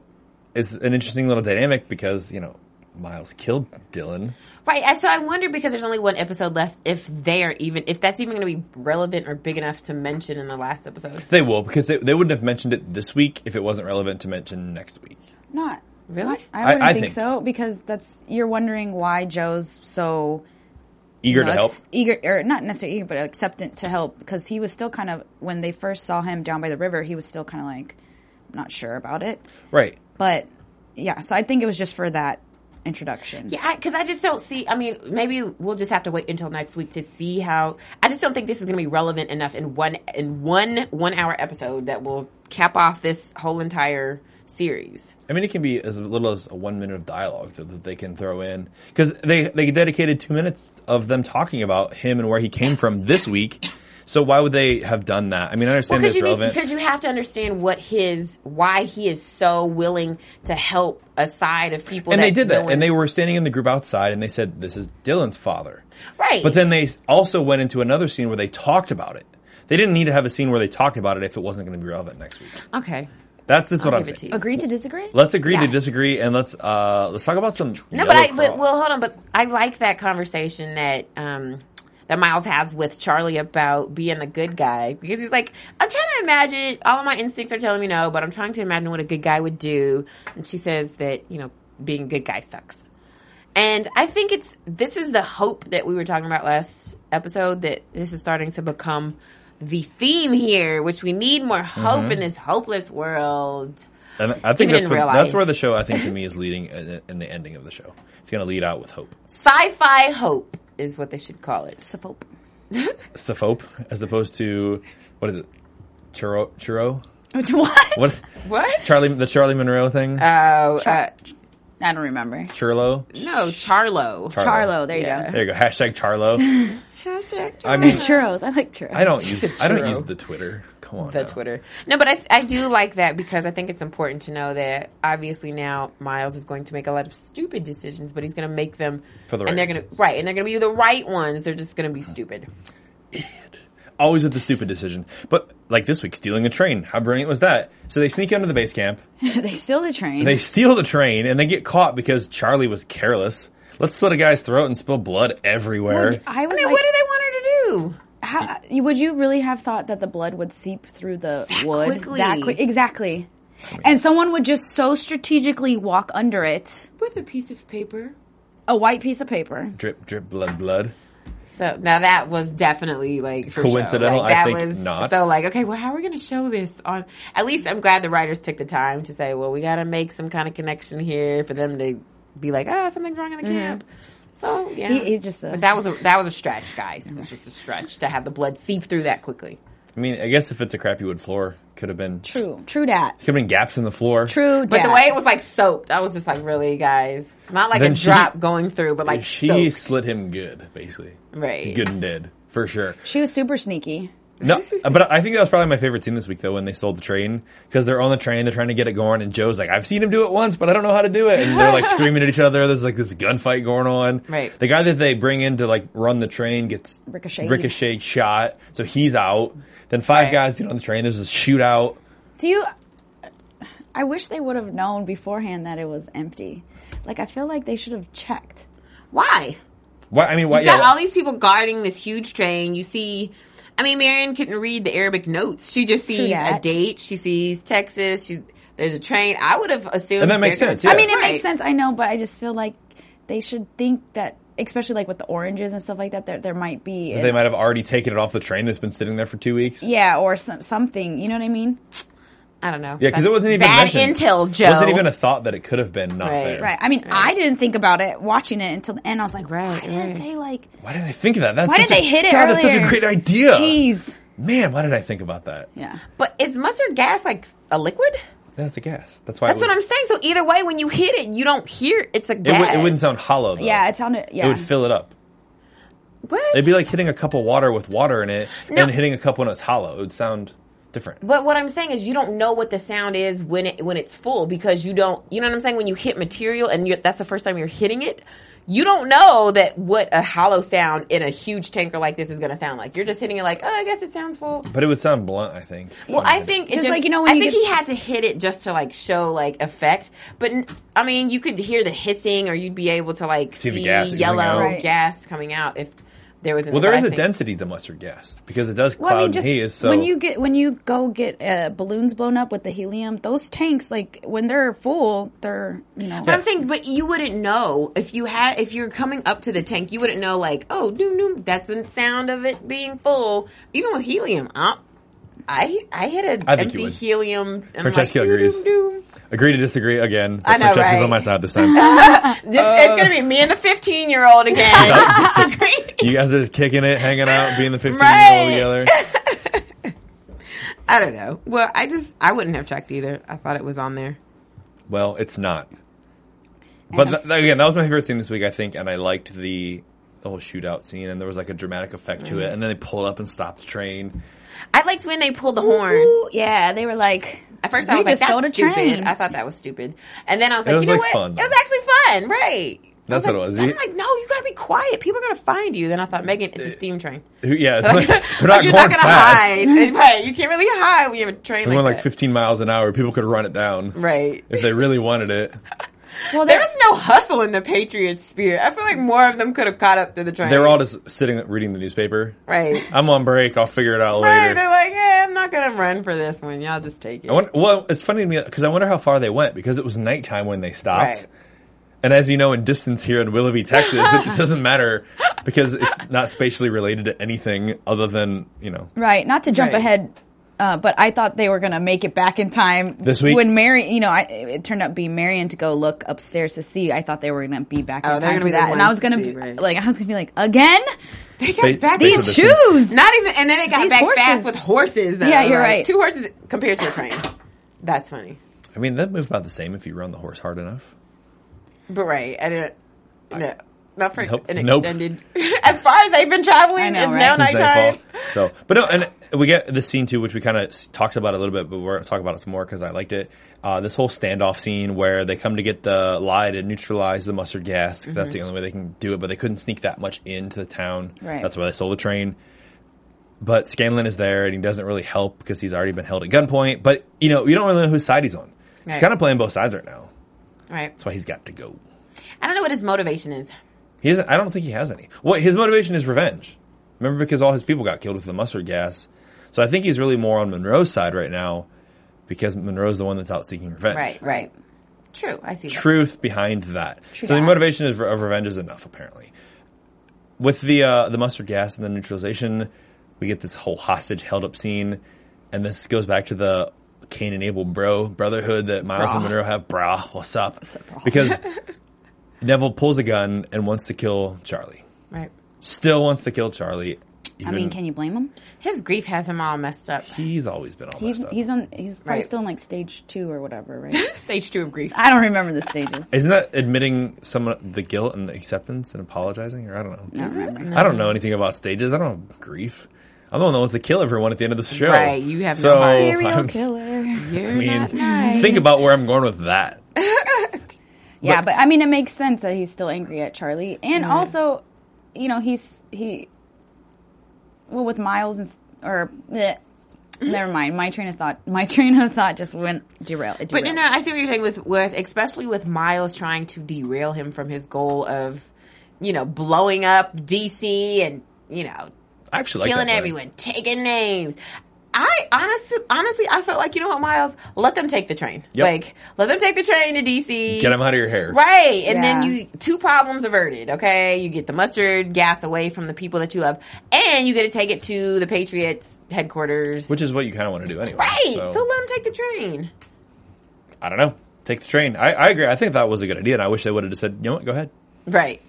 Speaker 2: it's an interesting little dynamic because you know Miles killed Dylan.
Speaker 4: Right. and So I wonder because there's only one episode left if they are even if that's even going to be relevant or big enough to mention in the last episode.
Speaker 2: They will because they, they wouldn't have mentioned it this week if it wasn't relevant to mention next week.
Speaker 3: Not
Speaker 4: Really?
Speaker 3: I wouldn't
Speaker 2: I
Speaker 3: think,
Speaker 2: think-
Speaker 3: so because that's you're wondering why Joe's so
Speaker 2: Eager
Speaker 3: you know,
Speaker 2: to help.
Speaker 3: ex- eager or not necessarily eager, but acceptant to help because he was still kind of when they first saw him down by the river, he was still kind of like not sure about it.
Speaker 2: Right.
Speaker 3: But yeah, so I think it was just for that introduction.
Speaker 4: Yeah, because I, just don't see. I mean, maybe we'll just have to wait until next week to see how. I just don't think this is going to be relevant enough in one in one one hour episode that will cap off this whole entire series.
Speaker 2: I mean, it can be as little as a one minute of dialogue that, that they can throw in because they they dedicated two minutes of them talking about him and where he came from this week. So why would they have done that? I mean, I understand
Speaker 4: because
Speaker 2: that's
Speaker 4: you need-
Speaker 2: relevant.
Speaker 4: because you have to understand what his why he is so willing to help a side of people.
Speaker 2: and they
Speaker 4: that's
Speaker 2: did that,
Speaker 4: going-
Speaker 2: and they were standing in the group outside, and they said, "This is Dylan's father."
Speaker 4: Right.
Speaker 2: But then they also went into another scene where they talked about it. They didn't need to have a scene where they talked about it if it wasn't going to be relevant next week.
Speaker 4: okay.
Speaker 2: That's this is what
Speaker 4: I'll
Speaker 2: I'm
Speaker 4: give it to
Speaker 2: saying.
Speaker 4: you.
Speaker 3: Agree to disagree?
Speaker 2: Let's agree to
Speaker 4: Yeah.
Speaker 2: disagree, and let's uh, let's talk about some.
Speaker 4: No, but I but well, hold on. But I like that conversation that um that Miles has with Charlie about being a good guy because he's like, I'm trying to imagine. All of my instincts are telling me no, but I'm trying to imagine what a good guy would do. And she says that you know being a good guy sucks. And I think it's this is the hope that we were talking about last episode that this is starting to become the theme here, which we need more hope in this hopeless world.
Speaker 2: And I think
Speaker 4: Even
Speaker 2: that's
Speaker 4: in
Speaker 2: where,
Speaker 4: real
Speaker 2: that's
Speaker 4: life.
Speaker 2: where the show, I think, to me, is leading in in the ending of the show. It's going to lead out with hope.
Speaker 4: Sci-fi hope is what they should call it.
Speaker 3: Suffolk.
Speaker 2: Sophope, as opposed to, what is it? Churro? Churro?
Speaker 3: what?
Speaker 2: What?
Speaker 4: What?
Speaker 2: Charlie, the Charlie Monroe thing?
Speaker 4: Oh, uh,
Speaker 3: I don't remember.
Speaker 2: Churlo?
Speaker 4: no, Charlo.
Speaker 3: Charlo, there you
Speaker 4: Yeah.
Speaker 3: go.
Speaker 2: There you go. Hashtag Charlo.
Speaker 4: Hashtag
Speaker 2: I mean,
Speaker 3: Churros. I like churros.
Speaker 2: I don't use, I don't
Speaker 4: Churro.
Speaker 2: use the Twitter. Come on.
Speaker 4: the
Speaker 2: now.
Speaker 4: Twitter. No, but I, I do like that because I think it's important to know that obviously now Miles is going to make a lot of stupid decisions, but he's going to make them
Speaker 2: For the
Speaker 4: and
Speaker 2: right
Speaker 4: they're going to
Speaker 2: reasons. Mm-hmm.
Speaker 4: right and they're going to be the right ones. They're just going to be stupid.
Speaker 2: always with the stupid decision. But like this week, stealing a train. How brilliant was that? So they sneak under the base camp.
Speaker 3: they steal the train.
Speaker 2: They steal the train and they get caught because Charlie was careless. Let's slit a guy's throat and spill blood everywhere.
Speaker 3: I
Speaker 4: I
Speaker 3: was
Speaker 4: mean,
Speaker 3: like,
Speaker 4: what do they want her to do?
Speaker 3: how, uh, would you really have thought that the blood would seep through the wood
Speaker 4: quickly.
Speaker 3: that quick? Exactly. and someone would just so strategically walk under it,
Speaker 4: With a piece of paper.
Speaker 3: a white piece of paper.
Speaker 2: Drip, drip, blood, blood.
Speaker 4: So now that was definitely like for show.
Speaker 2: Coincidental?
Speaker 4: Like,
Speaker 2: I
Speaker 4: that
Speaker 2: think
Speaker 4: was,
Speaker 2: not.
Speaker 4: So like, okay, well, how are we going to show this on? At least I'm glad the writers took the time to say, well, we got to make some kind of connection here for them to be like, ah, something's wrong in the camp. So yeah,
Speaker 3: Mm-hmm. He- he's just a-
Speaker 4: But that was a that was a stretch, guys. It's just a stretch to have the blood seep through that quickly.
Speaker 2: I mean, I guess if it's a crappy wood floor, could have been could
Speaker 3: True. True dat.
Speaker 2: have been gaps in the floor.
Speaker 3: True
Speaker 4: But
Speaker 3: dat.
Speaker 4: the way it was like soaked, I was just like, really, guys, not like
Speaker 2: Then
Speaker 4: a
Speaker 2: she-
Speaker 4: drop going through, but like
Speaker 2: she
Speaker 4: soaked.
Speaker 2: slit him good, basically.
Speaker 4: Right.
Speaker 2: good and dead for sure.
Speaker 3: she was super sneaky.
Speaker 2: No, but I think that was probably my favorite scene this week though when they sold the train because they're on the train, they're trying to get it going, and Joe's like, "I've seen him do it once, but I don't know how to do it," and they're like screaming at each other. There's like this gunfight going on.
Speaker 4: Right.
Speaker 2: The guy that they bring in to like run the train gets
Speaker 3: Ricocheted.
Speaker 2: ricochet shot, so he's out. Then five
Speaker 4: Right.
Speaker 2: guys get on the train. There's this shootout.
Speaker 3: Do you? I wish they would have known beforehand that it was empty. Like I feel like they should have checked.
Speaker 4: Why?
Speaker 2: Why? I mean, why?
Speaker 4: You got
Speaker 2: yeah,
Speaker 4: all these people guarding this huge train. You see, I mean, Marion couldn't read the Arabic notes. She just sees a
Speaker 3: that.
Speaker 4: date. She sees Texas. She, there's a train. I would have assumed.
Speaker 2: And that makes
Speaker 4: they're gonna-
Speaker 2: sense, yeah.
Speaker 3: I mean, it
Speaker 4: Right.
Speaker 3: makes sense. I know, but I just feel like they should think that, especially like with the oranges and stuff like that, there there might be.
Speaker 2: they might have already taken it off the train that's been sitting there for two weeks.
Speaker 3: yeah, or some, something. You know what I mean?
Speaker 4: I don't know.
Speaker 2: Yeah, because it
Speaker 4: That's
Speaker 2: wasn't even
Speaker 4: bad
Speaker 2: mentioned.
Speaker 4: intel, Joe.
Speaker 2: Wasn't even a thought that it could have been not
Speaker 4: Right.
Speaker 2: there.
Speaker 3: Right. I mean, I didn't think about it watching it until the end. I was like,
Speaker 4: Right,
Speaker 3: why didn't
Speaker 4: right.
Speaker 3: they like?
Speaker 2: Why didn't I think of that? That's
Speaker 3: Why
Speaker 2: such
Speaker 3: didn't
Speaker 2: a-
Speaker 3: they hit it
Speaker 2: God, that's such a
Speaker 3: earlier?
Speaker 2: great idea.
Speaker 3: Jeez.
Speaker 2: Man, why did I think about that?
Speaker 3: Yeah.
Speaker 4: But is mustard gas like a liquid?
Speaker 2: That's a gas. That's why.
Speaker 4: That's
Speaker 2: it would,
Speaker 4: what I'm saying. So either way, when you hit it, you don't hear it's a
Speaker 2: It,
Speaker 4: gas.
Speaker 2: would, it wouldn't sound hollow. Though.
Speaker 3: Yeah, it sounded. Yeah.
Speaker 2: It would fill it up.
Speaker 4: What?
Speaker 2: It'd be like hitting a cup of water with water in it,
Speaker 4: No.
Speaker 2: and hitting a cup when it's hollow. It would sound different.
Speaker 4: But what I'm saying is, you don't know what the sound is when it when it's full because you don't. You know what I'm saying? When you hit material and you're, that's the first time you're hitting it, you don't know that what a hollow sound in a huge tanker like this is going to sound like. You're just hitting it like, oh, I guess it sounds full.
Speaker 2: But it would sound blunt, I think.
Speaker 4: Well, I think it
Speaker 3: Just like, you know, when
Speaker 4: I
Speaker 3: you
Speaker 4: think
Speaker 3: get-
Speaker 4: he had to hit it just to like show like effect. But n- I mean, you could hear the hissing, or you'd be able to like
Speaker 2: See the gas oozing
Speaker 4: yellow
Speaker 2: out.
Speaker 3: Right.
Speaker 4: gas coming out if there was. An,
Speaker 2: Well, there
Speaker 4: but
Speaker 2: is
Speaker 4: I
Speaker 2: a
Speaker 4: think-
Speaker 2: density to mustard gas because it does cloud
Speaker 3: Well, I mean, just
Speaker 2: haze. So
Speaker 3: when you get when you go get uh, balloons blown up with the helium, those tanks like when they're full, they're you know.
Speaker 4: But I'm saying, but you wouldn't know if you had if you're coming up to the tank, you wouldn't know like, oh, doom doom, that's the sound of it being full. Even with helium, I I, I hit a
Speaker 2: I think you
Speaker 4: empty
Speaker 2: would.
Speaker 4: helium. and I'm
Speaker 2: Francesca
Speaker 4: like, doom,
Speaker 2: agrees.
Speaker 4: doom, doom.
Speaker 2: agree to disagree again, but
Speaker 4: I know,
Speaker 2: Francesca's
Speaker 4: right?
Speaker 2: on my side this time.
Speaker 4: This, it's gonna be me and the 15 year old again.
Speaker 2: you guys are just kicking it, hanging out, being the fifteen
Speaker 4: Right.
Speaker 2: year old together.
Speaker 4: I don't know. Well, I just I wouldn't have checked either. I thought it was on there.
Speaker 2: Well, it's not. But th- th- again, that was my favorite scene this week, I think, and I liked the the whole shootout scene, and there was like a dramatic effect
Speaker 4: Mm.
Speaker 2: to it, and then they pulled up and stopped the train.
Speaker 4: I liked when they pulled the horn.
Speaker 3: Ooh, yeah, they were like.
Speaker 4: At first, I
Speaker 3: we
Speaker 4: was like,
Speaker 3: just stole
Speaker 4: "That's
Speaker 3: the
Speaker 4: stupid."
Speaker 3: train.
Speaker 4: I thought that was stupid, and then I was
Speaker 2: It
Speaker 4: like,
Speaker 2: was,
Speaker 4: "You know
Speaker 2: like,
Speaker 4: what?
Speaker 2: fun,
Speaker 4: it was
Speaker 2: though.
Speaker 4: actually fun, right?" I
Speaker 2: That's what
Speaker 4: was
Speaker 2: it was.
Speaker 4: like-
Speaker 2: You-
Speaker 4: I'm like, "No, you gotta be quiet. People are gonna find you." Then I thought, Megan, it's a steam train.
Speaker 2: Yeah, it's
Speaker 4: Like,
Speaker 2: like, we're not
Speaker 4: you're
Speaker 2: going
Speaker 4: not gonna
Speaker 2: fast.
Speaker 4: hide, right? You can't really hide when you have a train.
Speaker 2: We
Speaker 4: like
Speaker 2: went like
Speaker 4: that.
Speaker 2: 15 miles an hour. People could run it down
Speaker 4: right.
Speaker 2: if they really wanted it.
Speaker 3: Well,
Speaker 4: There
Speaker 3: they're-
Speaker 4: was no hustle in the Patriot spirit. I feel like more of them could have caught up to the train.
Speaker 2: They were all just sitting reading the newspaper.
Speaker 4: right.
Speaker 2: I'm on break. I'll figure it out
Speaker 4: Right,
Speaker 2: later.
Speaker 4: they're like, yeah, I'm not gonna run for this one. Y'all just take it.
Speaker 2: I wonder, well, it's funny to me because I wonder how far they went because it was nighttime when they stopped.
Speaker 4: Right.
Speaker 2: And as you know, in distance here in Willoughby, Texas, it, it doesn't matter because it's not spatially related to anything other than, you know.
Speaker 3: Right. Not to jump
Speaker 4: Right.
Speaker 3: ahead, uh, but I thought they were going to make it back in time
Speaker 2: This week?
Speaker 3: When Mary, you know, I, it turned out being Marion to go look upstairs to see. I thought they were going to be back
Speaker 4: Oh,
Speaker 3: in
Speaker 4: they're
Speaker 3: time
Speaker 4: gonna
Speaker 3: for
Speaker 4: be the
Speaker 3: that, and
Speaker 4: ones
Speaker 3: I was
Speaker 4: to
Speaker 3: going to
Speaker 4: see,
Speaker 3: be
Speaker 4: right.
Speaker 3: like, I was going to be like, again
Speaker 4: They got
Speaker 2: Spa-
Speaker 4: back
Speaker 2: spatial
Speaker 3: these
Speaker 2: distance.
Speaker 3: shoes.
Speaker 4: Not even, and then they got
Speaker 3: These
Speaker 4: back
Speaker 3: horses.
Speaker 4: fast with horses. Though.
Speaker 3: Yeah, you're
Speaker 4: Like,
Speaker 3: right.
Speaker 4: Two horses compared to a train. That's funny,
Speaker 2: I mean, that moves about the same if you run the horse hard enough.
Speaker 4: but right, I didn't. No, not for
Speaker 2: Nope.
Speaker 4: an
Speaker 2: Nope.
Speaker 4: extended. as far as they've been traveling,
Speaker 3: I know,
Speaker 4: it's
Speaker 3: right?
Speaker 4: now
Speaker 3: Since
Speaker 2: Since they
Speaker 4: nighttime.
Speaker 2: fall. So, but no, and we get this scene too, which we kind of talked about a little bit, but we're going to talk about it some more because I liked it. Uh, this whole standoff scene where they come to get the lie to neutralize the mustard gas.
Speaker 4: Mm-hmm.
Speaker 2: 'cause That's the only way they can do it, but they couldn't sneak that much into the town.
Speaker 3: Right.
Speaker 2: That's why they stole the train. But Scanlan is there and he doesn't really help because he's already been held at gunpoint. But, you know, you don't really know whose side he's on. He's
Speaker 4: Right.
Speaker 2: kind of playing both sides right now.
Speaker 4: Right.
Speaker 2: That's why he's got to go.
Speaker 4: I don't know what his motivation is.
Speaker 2: He doesn't. I don't think he has any. What his motivation is revenge. Remember, because all his people got killed with the mustard gas. So I think he's really more on Monroe's side right now, because Monroe's the one that's out seeking revenge.
Speaker 4: Right. Right. True. I see. that.
Speaker 2: Truth behind that. so the motivation is, of revenge is enough apparently. With the uh, the mustard gas and the neutralization, we get this whole hostage held up scene, and this goes back to the Cain and Abel bro brotherhood that Miles and Monroe have. Brah, what's up? Because Neville pulls a gun and wants to kill Charlie
Speaker 4: Right.
Speaker 2: still wants to kill Charlie.
Speaker 3: I mean, can you blame him?
Speaker 4: His grief has him all messed up.
Speaker 2: He's always been all
Speaker 3: He's
Speaker 2: messed up.
Speaker 3: he's on he's probably
Speaker 4: Right.
Speaker 3: still in like stage two or whatever, right?
Speaker 4: Stage two of grief.
Speaker 3: I don't remember the stages.
Speaker 2: Isn't that admitting some of the guilt and the acceptance and apologizing? Or I don't know.
Speaker 3: I don't
Speaker 4: Mm-hmm.
Speaker 3: remember.
Speaker 2: I don't know anything about stages. I don't have grief. I'm the one that wants to kill everyone at the end of the show.
Speaker 4: Right, you have no
Speaker 2: so,
Speaker 4: heart.
Speaker 3: Serial
Speaker 2: I'm-
Speaker 3: killer.
Speaker 2: I mean, think about where I'm going with that.
Speaker 3: Yeah, but I mean, it makes sense that he's still angry at Charlie, and
Speaker 4: Mm-hmm.
Speaker 3: also, you know, he's he. Well, with Miles and s- or bleh,
Speaker 4: Mm-hmm.
Speaker 3: never mind. My train of thought. My train of thought just went derail. It
Speaker 4: But
Speaker 3: derailed.
Speaker 4: no, no, I see what you're saying with with especially with Miles trying to derail him from his goal of, you know, blowing up DC and you know
Speaker 2: I actually like
Speaker 4: killing
Speaker 2: that play.
Speaker 4: everyone, taking names. I honestly, honestly, I felt like you know what, Miles, let them take the train.
Speaker 2: Yep.
Speaker 4: Like let them take the train to DC.
Speaker 2: Get him out of your hair.
Speaker 4: Right. And then
Speaker 3: Yeah.
Speaker 4: you two problems averted, okay? You get the mustard gas away from the people that you love, and you get to take it to the Patriots headquarters.
Speaker 2: Which is what you kind of want to do anyway.
Speaker 4: right.
Speaker 2: So,
Speaker 4: so let them take the train.
Speaker 2: I don't know. Take the train. I, I agree. I think that was a good idea, and I wish they would have just said, you know what, go ahead.
Speaker 4: Right.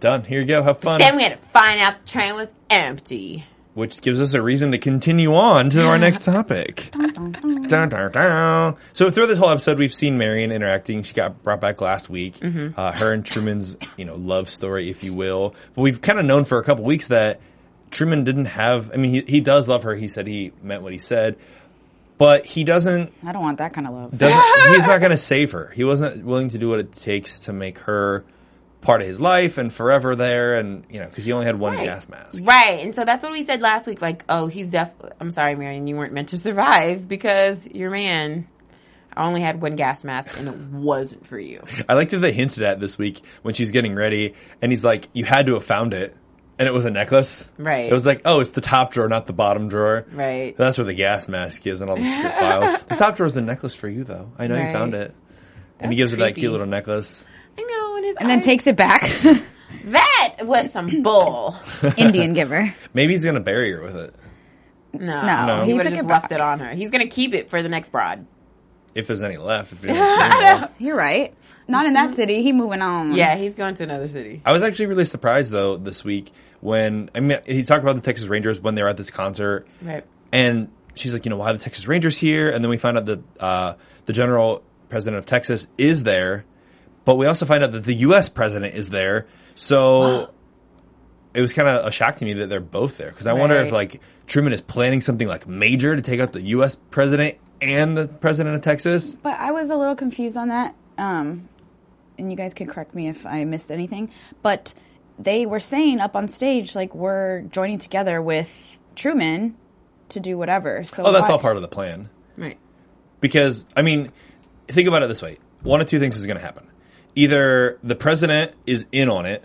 Speaker 2: Done. Here you go. Have fun.
Speaker 4: Then we had to find out the train was empty.
Speaker 2: which gives us a reason to continue on to our next topic. Dun, dun, dun. So throughout this whole episode, we've seen Marion interacting. She got brought back last week. Uh, her and Truman's, you know, love story, if you will. But we've kind of known for a couple weeks that Truman didn't have. I mean, he, he does love her. He said he meant what he said, but he doesn't
Speaker 3: I don't want that kind of love.
Speaker 2: doesn't he's not going to save her. He wasn't willing to do what it takes to make her part of his life and forever there and you know because he only had one gas mask.
Speaker 4: Right. And so that's what we said last week. Like, oh, he's def. I'm sorry, Marion, you weren't meant to survive because your man only had one gas mask and it wasn't for you.
Speaker 2: I like that they hinted at this week when she's getting ready and he's like you had to have found it and it was a necklace.
Speaker 4: Right.
Speaker 2: It was like oh it's the top drawer not the bottom drawer.
Speaker 4: Right.
Speaker 2: that's where the gas mask is and all the secret files. The top drawer is the necklace for you though. I know you
Speaker 4: Right.
Speaker 2: found it. and he
Speaker 4: That's
Speaker 2: gives her that
Speaker 4: creepy.
Speaker 2: cute little necklace.
Speaker 4: I know. And, his
Speaker 3: And then
Speaker 4: eyes-
Speaker 3: takes it back.
Speaker 4: That was some bull.
Speaker 3: Indian giver.
Speaker 2: Maybe he's gonna bury her with it
Speaker 4: No.
Speaker 3: No,
Speaker 4: He,
Speaker 3: he
Speaker 4: would have
Speaker 3: took
Speaker 4: just
Speaker 3: it
Speaker 4: left
Speaker 3: back.
Speaker 4: it on her. He's going to keep it for the next broad.
Speaker 2: if there's any left. If there's any left.
Speaker 3: You're right. Not in that city. He moving on.
Speaker 4: Mm-hmm. Yeah, he's going to another city.
Speaker 2: I was actually really surprised though this week when I mean he talked about the Texas Rangers when they were at this concert,
Speaker 4: Right.
Speaker 2: and she's like, you know, why are the Texas Rangers here? And then we find out that uh, the general president of Texas is there, but we also find out that the U.S. president is there. So it was kind of a shock to me that they're both there because I wonder if
Speaker 4: Right.
Speaker 2: like Truman is planning something like major to take out the U.S. president and the president of Texas.
Speaker 3: But I was a little confused on that. Um, and you guys can correct me if I missed anything. But they were saying up on stage, like, we're joining together with Truman to do whatever. So
Speaker 2: Oh, that's
Speaker 3: why-
Speaker 2: all part of the plan.
Speaker 4: Right.
Speaker 2: because I mean, think about it this way: one of two things is going to happen. Either the president is in on it,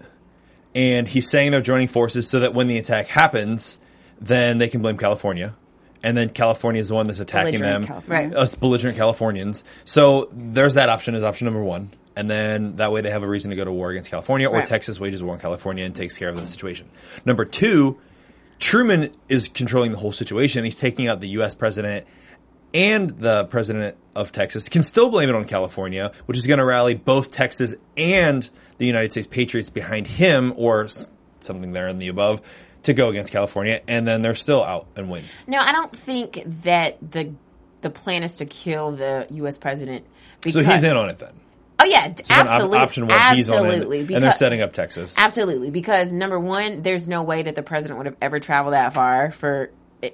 Speaker 2: and he's saying they're joining forces so that when the attack happens, then they can blame California, and then California is the one that's attacking
Speaker 3: Belligerent
Speaker 2: them,
Speaker 3: California.
Speaker 2: us belligerent Californians. So there's that option is option number one, and then that way they have a reason to go to war against California, or
Speaker 4: Right.
Speaker 2: Texas wages war on California and takes care of the situation. Number two. Truman is controlling the whole situation. He's taking out the U.S. president and the president of Texas can still blame it on California, which is going to rally both Texas and the United States patriots behind him or s- something there in the above to go against California, and then they're still out and win.
Speaker 4: No, I don't think that the the plan is to kill the U.S. president.
Speaker 2: So
Speaker 4: Because,
Speaker 2: he's in on it then.
Speaker 4: Oh yeah, d-
Speaker 2: So then op-
Speaker 4: absolutely.
Speaker 2: option one, he's on
Speaker 4: absolutely.
Speaker 2: it,
Speaker 4: because,
Speaker 2: and they're setting up Texas.
Speaker 4: Absolutely, because number one, there's no way that the president would have ever traveled that far for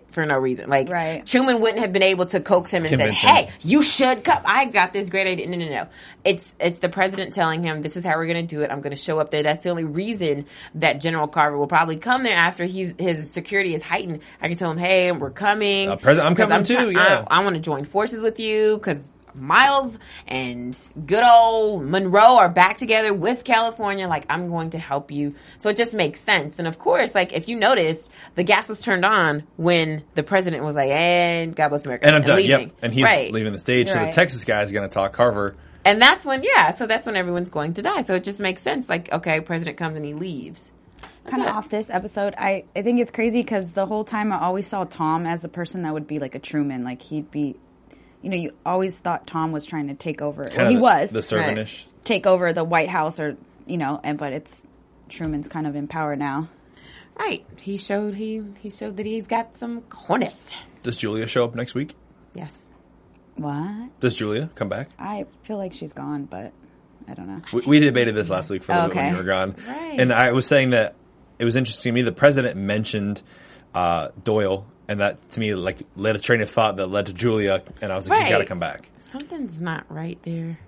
Speaker 4: for no reason. Like
Speaker 3: Right.
Speaker 4: Truman wouldn't have been able to coax him and said,
Speaker 2: Convince him.
Speaker 4: "Hey, you should come. I got this great idea." No, no, no. It's it's the president telling him, "This is how we're going to do it. I'm going to show up there." That's the only reason that General Carver will probably come there after he's his security is heightened. I can tell him, "Hey, we're coming.
Speaker 2: Uh, President, I'm
Speaker 4: 'Cause
Speaker 2: coming too,
Speaker 4: try- I-
Speaker 2: yeah.
Speaker 4: I want to join forces with you because Miles and good old Monroe are back together with California. Like, I'm going to help you. So it just makes sense. And of course, like, if you noticed, the gas was turned on when the president was like, and God bless America.
Speaker 2: and I'm done.
Speaker 4: leaving.
Speaker 2: Yep. And he's
Speaker 4: Right.
Speaker 2: leaving the stage. So the
Speaker 3: Right.
Speaker 2: Texas guy is going to talk Carver.
Speaker 4: And that's when, yeah, so that's when everyone's going to die. So it just makes sense. Like, okay, president comes and he leaves.
Speaker 3: kind of off this episode. I, I think it's crazy because the whole time I always saw Tom as the person that would be like a Truman. Like he'd be, you know, you always thought Tom was trying to take over. Well,
Speaker 2: Kinda
Speaker 3: he
Speaker 2: the-
Speaker 3: was
Speaker 2: the servantish.
Speaker 3: take over the White House or you know, and but it's Truman's kind of in power now.
Speaker 4: Right. He showed he he showed that he's got some corners.
Speaker 2: Does Julia show up next week?
Speaker 4: Yes.
Speaker 3: What?
Speaker 2: Does Julia come back?
Speaker 3: I feel like she's gone, but I don't know.
Speaker 2: We, we debated this last week for a little bit
Speaker 3: Okay.
Speaker 2: when you were gone,
Speaker 4: Right.
Speaker 2: and I was saying that it was interesting to me. The president mentioned uh, Doyle, and that to me like led a train of thought that led to Julia, and I was like, she's got to
Speaker 4: Right.
Speaker 2: come back.
Speaker 4: Something's not right there.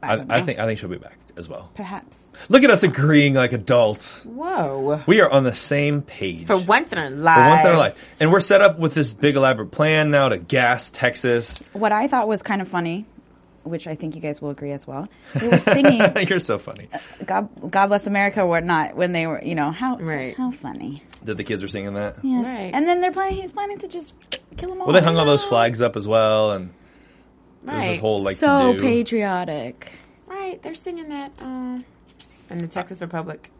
Speaker 2: I,
Speaker 3: don't
Speaker 2: I
Speaker 3: know.
Speaker 2: think I think she'll be back as well.
Speaker 3: Perhaps.
Speaker 2: Look at us agreeing like adults.
Speaker 4: Whoa.
Speaker 2: We are on the same page
Speaker 4: For once in our lives.
Speaker 2: For once in our life, and we're set up with this big elaborate plan now to gas Texas.
Speaker 3: What I thought was kind of funny, which I think you guys will agree as well. We were singing
Speaker 2: You're so funny
Speaker 3: God, God Bless America or whatnot when they were, you know, how
Speaker 4: Right.
Speaker 3: how funny.
Speaker 2: that the kids are singing that.
Speaker 3: Yes.
Speaker 4: Right.
Speaker 3: And then they're planning. He's planning to just kill them all.
Speaker 2: Well, they hung all those flags up as well, and there's this whole like
Speaker 3: so
Speaker 2: to-do.
Speaker 3: patriotic.
Speaker 4: Right, they're singing that um, in the Texas Republic.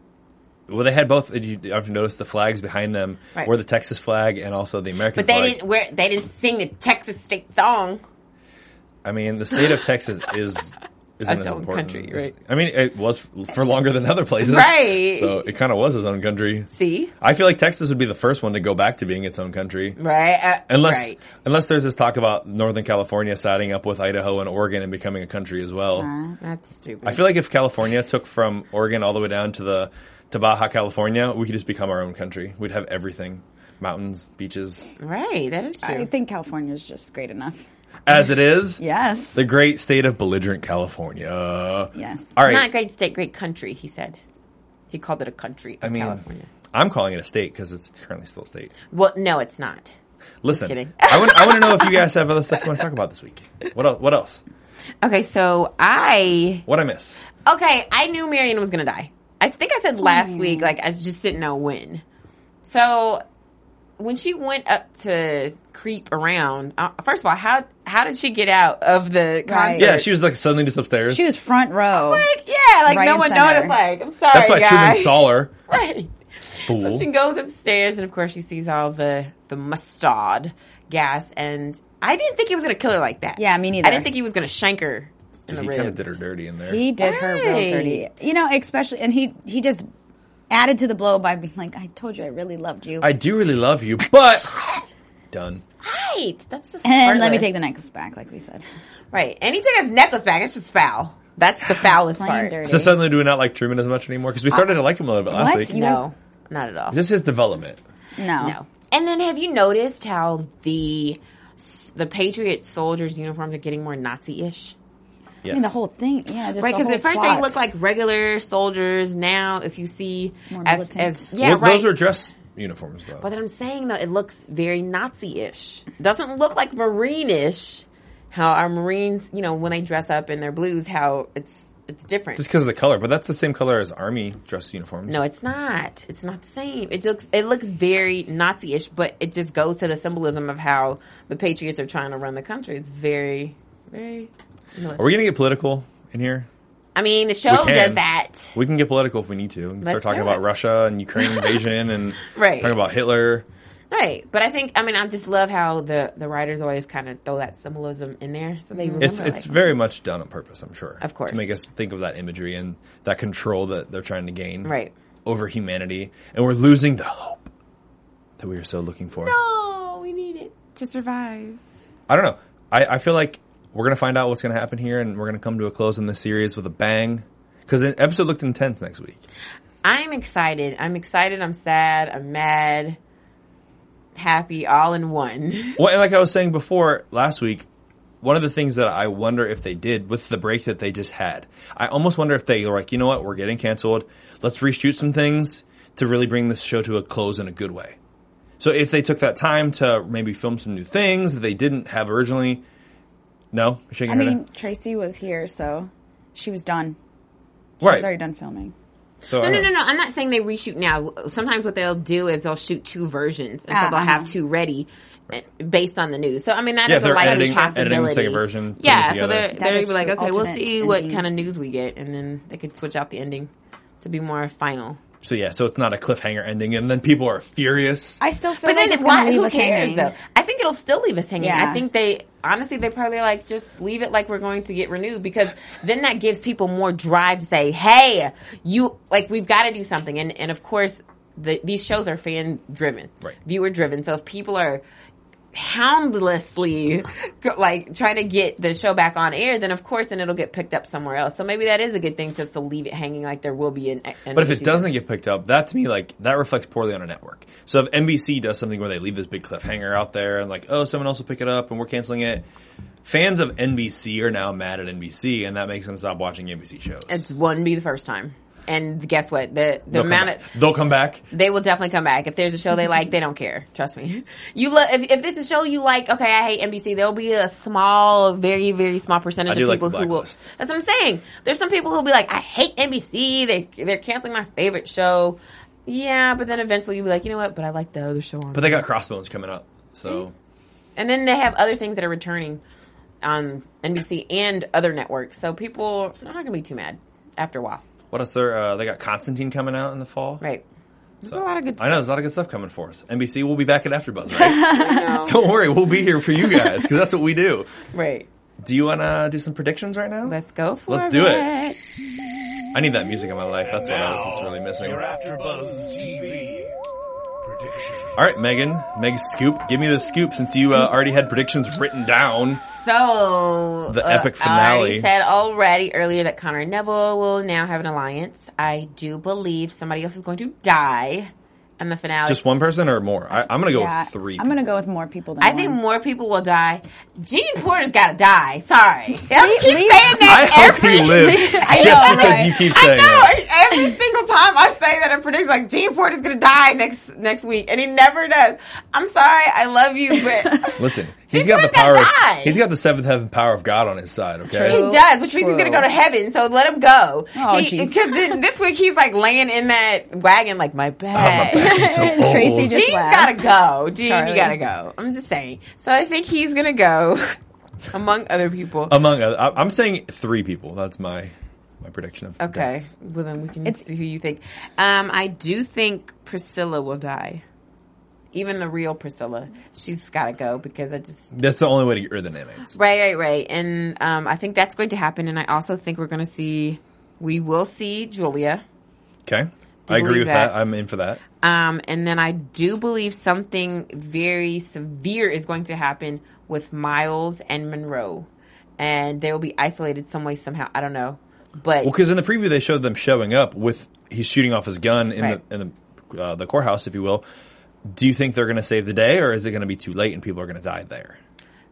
Speaker 2: Well, they had both. You have to notice the flags behind them
Speaker 4: Right.
Speaker 2: were the Texas flag and also the American
Speaker 4: But they
Speaker 2: flag.
Speaker 4: didn't wear. They didn't sing the Texas state song.
Speaker 2: I mean, the state of Texas is isn't
Speaker 4: its
Speaker 2: as
Speaker 4: own
Speaker 2: important.
Speaker 4: country, right?
Speaker 2: I mean, it was f- for longer than other places,
Speaker 4: Right.
Speaker 2: So it kind of was its own country.
Speaker 4: See,
Speaker 2: I feel like Texas would be the first one to go back to being its own country.
Speaker 4: right? Uh,
Speaker 2: Unless,
Speaker 4: right.
Speaker 2: unless there's this talk about Northern California siding up with Idaho and Oregon and becoming a country as well.
Speaker 4: that's stupid.
Speaker 2: I feel like if California took from Oregon all the way down to the to Baja California, we could just become our own country. We'd have everything: mountains, beaches.
Speaker 4: right. That is true.
Speaker 3: I think California's just great enough.
Speaker 2: As it is,
Speaker 3: Yes.
Speaker 2: the great state of belligerent California.
Speaker 3: yes.
Speaker 2: All right,
Speaker 4: Not great state, great country. He said. He called it a country. Of
Speaker 2: I mean,
Speaker 4: California.
Speaker 2: I'm calling it a state because it's currently still a state.
Speaker 4: Well, no, it's not.
Speaker 2: Listen,
Speaker 4: kidding.
Speaker 2: I want I want to know if you guys have other stuff you want to talk about this week. What else? What else?
Speaker 4: Okay, so I
Speaker 2: What I miss?
Speaker 4: okay, I knew Marion was gonna die. I think I
Speaker 3: Oh,
Speaker 4: said last week, like I just didn't know when. So when she went up to creep around, uh, first of all, how how did she get out of the concert?
Speaker 2: Yeah, she was like suddenly just upstairs.
Speaker 3: She was front row.
Speaker 4: like, yeah, like
Speaker 3: Right
Speaker 4: no
Speaker 3: in
Speaker 4: one
Speaker 3: center.
Speaker 4: noticed. Like, I'm sorry,
Speaker 2: That's why Truman
Speaker 4: guys.
Speaker 2: saw her.
Speaker 4: Right.
Speaker 2: Fool.
Speaker 4: So she goes upstairs, and of course she sees all the the mustard gas, and I didn't think he was gonna kill her like that.
Speaker 3: Yeah, me neither.
Speaker 4: I didn't think he was gonna shank her in the
Speaker 2: he
Speaker 4: ribs.
Speaker 2: kind of did her dirty in there.
Speaker 3: He did her real
Speaker 4: Right.
Speaker 3: dirty. You know, especially, and he he just added to the blow by being like, "I told you, I really loved you."
Speaker 2: I do really love you, but done.
Speaker 4: Right. That's just
Speaker 3: and let me
Speaker 4: heartless.
Speaker 3: take the necklace back, like we said.
Speaker 4: Right. And he took his necklace back. It's just foul. That's the foulest
Speaker 3: Plain
Speaker 4: part.
Speaker 3: dirty.
Speaker 2: So suddenly, do we not like Truman as much anymore? Because we started to like him a little bit last
Speaker 3: What?
Speaker 2: week.
Speaker 3: You-
Speaker 4: No, not at all.
Speaker 2: Just his development.
Speaker 3: No,
Speaker 4: no. And then have you noticed how the the Patriot soldiers' uniforms are getting more Nazi-ish?
Speaker 2: Yes.
Speaker 3: I mean the whole thing. Yeah, just
Speaker 4: Right,
Speaker 3: because
Speaker 4: because at first they look like regular soldiers. Now, if you see
Speaker 3: More
Speaker 4: as,
Speaker 3: militant.
Speaker 4: as yeah,
Speaker 2: Well,
Speaker 4: right.
Speaker 2: Those are dress uniforms, though.
Speaker 4: but I'm saying though, it looks very Nazi-ish. Doesn't look like Marine-ish. How our Marines, you know, when they dress up in their blues, how it's it's different.
Speaker 2: just because of the color, but that's the same color as army dress uniforms.
Speaker 4: No, it's not. It's not the same. It looks it looks very Nazi-ish, but it just goes to the symbolism of how the Patriots are trying to run the country. It's very, very.
Speaker 2: Are we gonna get political in here?
Speaker 4: I mean, the show
Speaker 2: can.
Speaker 4: does that.
Speaker 2: We can get political if we need to. We can start
Speaker 4: Let's
Speaker 2: talking
Speaker 4: do
Speaker 2: about
Speaker 4: it.
Speaker 2: Russia and Ukraine invasion and
Speaker 4: Right.
Speaker 2: talking about Hitler.
Speaker 4: Right. But I think, I mean, I just love how the, the writers always kind of throw that symbolism in there. So they remember,
Speaker 2: It's it's
Speaker 4: like,
Speaker 2: very much done on purpose, I'm sure.
Speaker 4: Of course.
Speaker 2: To make us think of that imagery and that control that they're trying to gain
Speaker 4: Right.
Speaker 2: over humanity. And we're losing the hope that we are so looking for.
Speaker 4: oh, we need it to survive.
Speaker 2: I don't know. I, I feel like we're gonna find out what's gonna happen here and we're gonna come to a close in this series with a bang. Because the episode looked intense next week.
Speaker 4: I'm excited. I'm excited. I'm sad. I'm mad. Happy. All in one.
Speaker 2: Well, and like I was saying before last week, one of the things that I wonder if they did with the break that they just had, I almost wonder if they were like, you know what, we're getting canceled. Let's reshoot some things to really bring this show to a close in a good way. So if they took that time to maybe film some new things that they didn't have originally, no, You're shaking
Speaker 3: I
Speaker 2: your head
Speaker 3: mean, Tracy was here, so she was done.
Speaker 2: no? right?
Speaker 3: She's already done filming.
Speaker 2: So
Speaker 4: No, no, no, no. I'm not saying they reshoot now. Sometimes what they'll do is they'll shoot two versions, and
Speaker 3: Ah,
Speaker 4: so they'll
Speaker 3: uh-huh.
Speaker 4: have two ready eh, based on the news. So I mean, that is
Speaker 2: Yeah,
Speaker 4: a
Speaker 2: they're
Speaker 4: likely
Speaker 2: editing- uh, editing the
Speaker 4: possibility.
Speaker 2: second version, putting it
Speaker 4: Yeah, so
Speaker 2: together.
Speaker 4: they're
Speaker 3: That
Speaker 4: they're
Speaker 3: is
Speaker 4: like,
Speaker 3: true.
Speaker 4: okay, we'll
Speaker 3: Alternates
Speaker 4: see
Speaker 3: and
Speaker 4: what
Speaker 3: endings.
Speaker 4: kind of news we get, and then they could switch out the ending to be more final.
Speaker 2: So yeah, so it's not a cliffhanger ending, and then people are furious.
Speaker 3: I still feel like
Speaker 4: But then
Speaker 3: it's
Speaker 4: it's
Speaker 3: going
Speaker 4: why,
Speaker 3: to leave
Speaker 4: who
Speaker 3: us
Speaker 4: cares
Speaker 3: hanging.
Speaker 4: though? I think it'll still leave us hanging.
Speaker 3: Yeah.
Speaker 4: I think they honestly they probably like just leave it like we're going to get renewed because then that gives people more drive to say, hey, you like we've got to do something. And and of course, the, these shows are fan driven,
Speaker 2: Right.
Speaker 4: viewer driven. So if people are houndlessly go- like trying to get the show back on air then of course and it'll get picked up somewhere else so maybe that is a good thing just to leave it hanging like there will be an, an
Speaker 2: But if it
Speaker 4: issue.
Speaker 2: doesn't get picked up, that to me like that reflects poorly on a network. So if NBC does something where they leave this big cliffhanger out there and like, oh, someone else will pick it up and we're canceling it, fans of NBC are now mad at NBC and that makes them stop watching NBC shows.
Speaker 4: It's wouldn't be the first time. And guess what? The the
Speaker 2: They'll come
Speaker 4: amount
Speaker 2: back.
Speaker 4: of
Speaker 2: they'll come back.
Speaker 4: they will definitely come back. If there's a show they like, they don't care. Trust me. You look if if it's a show you like, okay, I hate NBC. There'll be a small, very very small percentage
Speaker 2: I do
Speaker 4: of
Speaker 2: like
Speaker 4: people
Speaker 2: The
Speaker 4: who will.
Speaker 2: Blacklist.
Speaker 4: That's what I'm saying. There's some people who'll be like, I hate NBC. They they're canceling my favorite show. Yeah, but then eventually you'll be like, you know what? But I like the other show on.
Speaker 2: But they got Crossbones coming up,
Speaker 4: Mm-hmm.
Speaker 2: so
Speaker 4: and then they have other things that are returning on NBC and other networks. So people are not gonna be too mad after a while,
Speaker 2: what else? There uh, they got Constantine coming out in the fall.
Speaker 4: right? There's a lot of good.
Speaker 2: I know there's a lot of good stuff coming for us. NBC will be back at AfterBuzz. Right? Don't worry, we'll be here for you guys because that's what we do.
Speaker 4: Right.
Speaker 2: Do you want to do some predictions right now?
Speaker 4: Let's go for
Speaker 2: Let's do it.
Speaker 4: it.
Speaker 2: I need that music in my life. That's what I was just really missing.
Speaker 7: Your
Speaker 2: All
Speaker 7: AfterBuzz TV prediction.
Speaker 2: right, Megan, Meg Scoop, give me the scoop since you uh, already had predictions written down.
Speaker 4: So
Speaker 2: The
Speaker 4: uh,
Speaker 2: epic
Speaker 4: I
Speaker 2: finale.
Speaker 4: already said already earlier that Connor and Neville will now have an alliance. I do believe somebody else is going to die in the finale.
Speaker 2: Just one person or more? I, I'm gonna go
Speaker 3: Yeah,
Speaker 2: with three.
Speaker 3: I'm gonna go with more people than
Speaker 4: I think
Speaker 3: one.
Speaker 4: more people will die. Gene Porter's got to die. Sorry, I keep
Speaker 3: leave-
Speaker 4: saying
Speaker 2: I
Speaker 4: that
Speaker 2: hope
Speaker 4: every.
Speaker 2: he lives
Speaker 4: I
Speaker 2: just
Speaker 4: know,
Speaker 2: because
Speaker 4: right?
Speaker 2: you keep
Speaker 4: I
Speaker 2: saying
Speaker 4: know.
Speaker 2: it.
Speaker 4: Every single time I say that in prediction, like Gene Porter's gonna die next next week, and he never does. I'm sorry, I love you, but
Speaker 2: Listen,
Speaker 4: She's
Speaker 2: he's got the
Speaker 4: gonna
Speaker 2: power. Of,
Speaker 4: die.
Speaker 2: he's got the seventh heaven power of God on his side. Okay.
Speaker 3: True.
Speaker 4: He does, which means he's gonna
Speaker 3: True.
Speaker 4: go to heaven. So let him go.
Speaker 3: Oh,
Speaker 4: Because
Speaker 3: jeez.
Speaker 4: this, this week he's like laying in that wagon, like my
Speaker 2: Oh, my
Speaker 4: bag.
Speaker 2: back is so old.
Speaker 3: Tracy just
Speaker 4: Gene's
Speaker 3: laughed.
Speaker 4: gotta go. Gene,
Speaker 3: Charlie.
Speaker 4: you gotta go. I'm just saying. So I think he's gonna go, among other people.
Speaker 3: Oh,
Speaker 2: Among other, I- I'm saying three people. That's my my prediction of
Speaker 4: okay,
Speaker 2: deaths.
Speaker 4: well then we can
Speaker 3: It's-
Speaker 4: see who you think. Um, I do think Priscilla will die. Even the real Priscilla, she's gotta go because I just
Speaker 2: That's the only way to get rid of the nanites.
Speaker 4: Right, right, right. And um, I think that's going to happen. And I also think we're going to see, we will see Julia.
Speaker 2: Okay. I agree
Speaker 4: believe
Speaker 2: with that.
Speaker 4: that.
Speaker 2: I'm in for that.
Speaker 4: Um, and then I do believe something very severe is going to happen with Miles and Monroe. And they will be isolated some way, somehow. I don't know. But
Speaker 2: Well, because in the preview they showed them showing up with he's shooting off his gun in
Speaker 4: Right.
Speaker 2: the in the uh, the courthouse, if you will. Do you think they're going to save the day, or is it going to be too late and people are going to die there?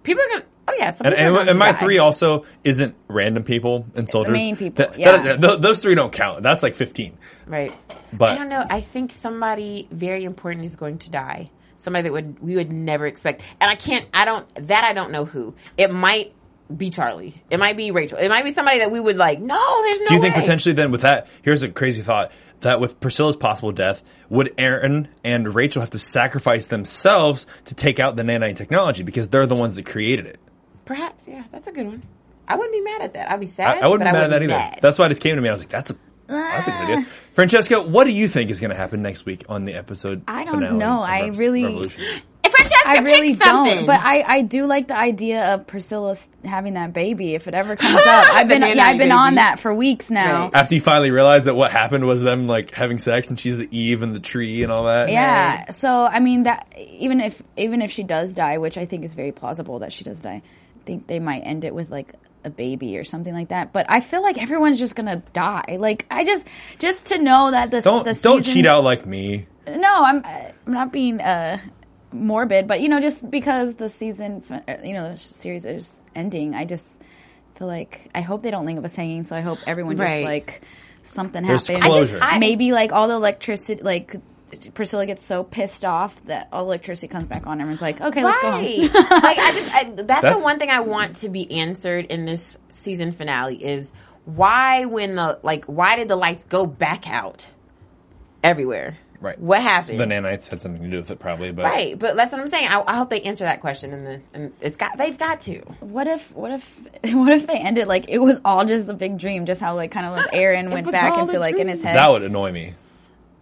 Speaker 4: people are going to, oh, yeah. Some
Speaker 2: And,
Speaker 4: people are
Speaker 2: and,
Speaker 4: going
Speaker 2: and
Speaker 4: to
Speaker 2: my
Speaker 4: die.
Speaker 2: three also isn't random people and soldiers.
Speaker 3: main people,
Speaker 2: That-
Speaker 3: yeah.
Speaker 2: that- th- those three don't count. That's like fifteen.
Speaker 4: Right.
Speaker 2: But-
Speaker 4: I don't know. I think somebody very important is going to die. Somebody that would we would never expect. And I can't. I don't. That I don't know who. It might be Charlie. It might be Rachel. It might be somebody that we would like. No, there's no.
Speaker 2: Do you think
Speaker 4: way."
Speaker 2: potentially then with that? Here's a crazy thought: that with Priscilla's possible death, would Aaron and Rachel have to sacrifice themselves to take out the nanite technology because they're the ones that created it?
Speaker 4: Perhaps. Yeah, that's a good one. I wouldn't be mad at that. I'd be sad.
Speaker 2: I, I wouldn't be
Speaker 4: but
Speaker 2: mad at that either.
Speaker 4: wouldn't be mad.
Speaker 2: That's why it just came to me. I was like, "That's a that's a good
Speaker 3: Ah.
Speaker 2: idea." Francesca, what do you think is going to happen next week on the episode?
Speaker 3: I don't
Speaker 2: finale
Speaker 3: know.
Speaker 2: of
Speaker 3: I
Speaker 2: Rev-
Speaker 3: really-
Speaker 2: Revolution?
Speaker 4: If Francesca
Speaker 3: I really
Speaker 4: picked something,
Speaker 3: don't, but I, I do like the idea of Priscilla s- having that baby if it ever comes up. I've
Speaker 4: The
Speaker 3: been yeah,
Speaker 4: nanny
Speaker 3: I've been on
Speaker 4: baby.
Speaker 3: that for weeks now.
Speaker 4: Right.
Speaker 2: After you finally realize that what happened was them like having sex and she's the Eve and the tree and all that.
Speaker 3: Yeah. So I mean that even if even if she does die, which I think is very plausible that she does die, I think they might end it with like a baby or something like that. But I feel like everyone's just gonna die. Like I just just to know that this
Speaker 2: Don't
Speaker 3: this
Speaker 2: don't
Speaker 3: season-
Speaker 2: cheat out like me.
Speaker 3: No, I'm I'm not being uh morbid, but you know just because the season fin- uh, you know the series is ending, I just feel like I hope they don't leave us hanging. So I hope everyone
Speaker 4: Right.
Speaker 3: just like something
Speaker 2: There's
Speaker 3: happens
Speaker 2: closure.
Speaker 4: I-
Speaker 3: maybe like all the electricity like priscilla gets so pissed off that all the electricity comes back on everyone's like okay let's go home
Speaker 4: right. like I just I, that's,
Speaker 2: That's-
Speaker 4: the one thing I want to be answered in this season finale is why when the like why did the lights go back out everywhere?
Speaker 2: Right.
Speaker 4: What happened?
Speaker 2: So the nanites had something to do with it, probably. But
Speaker 4: right. But that's what I'm saying. I, I hope they answer that question and the and it's got they've got to.
Speaker 3: what if what if what if they ended like it was all just a big dream just how like kind of like aaron went
Speaker 4: was
Speaker 3: back
Speaker 4: all
Speaker 3: into
Speaker 4: a
Speaker 3: like in
Speaker 4: dream.
Speaker 3: his head
Speaker 2: that would annoy me.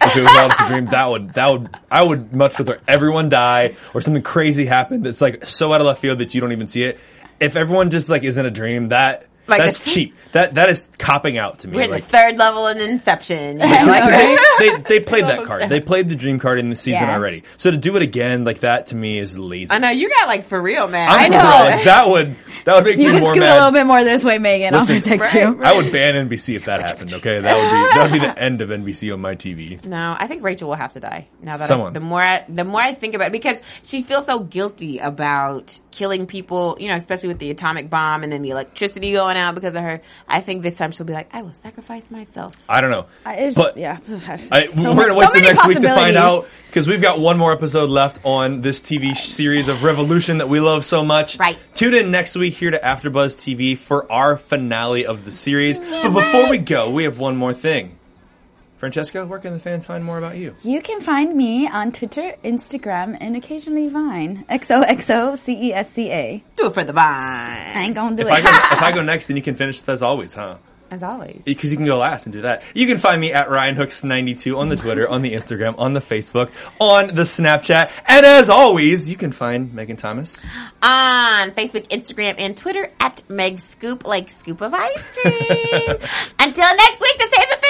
Speaker 2: If it was all just a dream, that would that would I would much rather everyone die or something crazy happen that's like so out of left field that you don't even see it. If everyone just like is in a dream, that
Speaker 4: Like
Speaker 2: that's
Speaker 4: this-
Speaker 2: cheap. That that is copping out to me.
Speaker 4: We're in
Speaker 2: Like,
Speaker 4: the third level in Inception. You know,
Speaker 2: Because
Speaker 4: like-
Speaker 2: they, they, they played that card. They played the dream card in the season
Speaker 3: Yeah.
Speaker 2: already. So to do it again like that to me is lazy.
Speaker 4: I know you got like for real, man.
Speaker 2: I'm
Speaker 4: I know.
Speaker 2: for real, like, that would that would make
Speaker 3: you
Speaker 2: me
Speaker 3: can
Speaker 2: more
Speaker 3: scoot
Speaker 2: mad.
Speaker 3: a little bit more this way megan
Speaker 2: Listen,
Speaker 3: i'll protect
Speaker 4: Right,
Speaker 3: you
Speaker 4: right.
Speaker 2: I would ban NBC if that happened. Okay, that would be that would be the end of NBC on my TV.
Speaker 4: No, I think Rachel will have to die. Now that
Speaker 2: Someone.
Speaker 4: I, the more I, the more I think about it, because she feels so guilty about killing people, you know, especially with the atomic bomb and then the electricity going out because of her. I think this time she'll be like, I will sacrifice myself.
Speaker 2: I don't know,
Speaker 3: I- it's-
Speaker 2: but
Speaker 3: yeah
Speaker 2: I, we're gonna
Speaker 3: So much- so
Speaker 2: wait till
Speaker 3: many
Speaker 2: next week to find
Speaker 3: possibilities.
Speaker 2: out because we've got one more episode left on this TV series of Revolution that we love so much.
Speaker 4: Right.
Speaker 2: Tune in next week here to AfterBuzz TV for our finale of the series. but before we go, we have one more thing. Francesca, where can the fans find more about you?
Speaker 3: You can find me on Twitter, Instagram, and occasionally Vine. XOXOCESCA.
Speaker 4: Do it for the vine.
Speaker 3: I ain't gonna do
Speaker 2: If
Speaker 3: it.
Speaker 2: I go, if I go next, then you can finish with us always, huh?
Speaker 4: as always.
Speaker 2: because you can go last and do that. You can find me at Ryan Hooks 92 on the Twitter, on the Instagram, on the Facebook, on the Snapchat, and as always, you can find Megan Thomas.
Speaker 4: on Facebook, Instagram, and Twitter at Meg Scoop, like scoop of ice cream. Until next week, this is the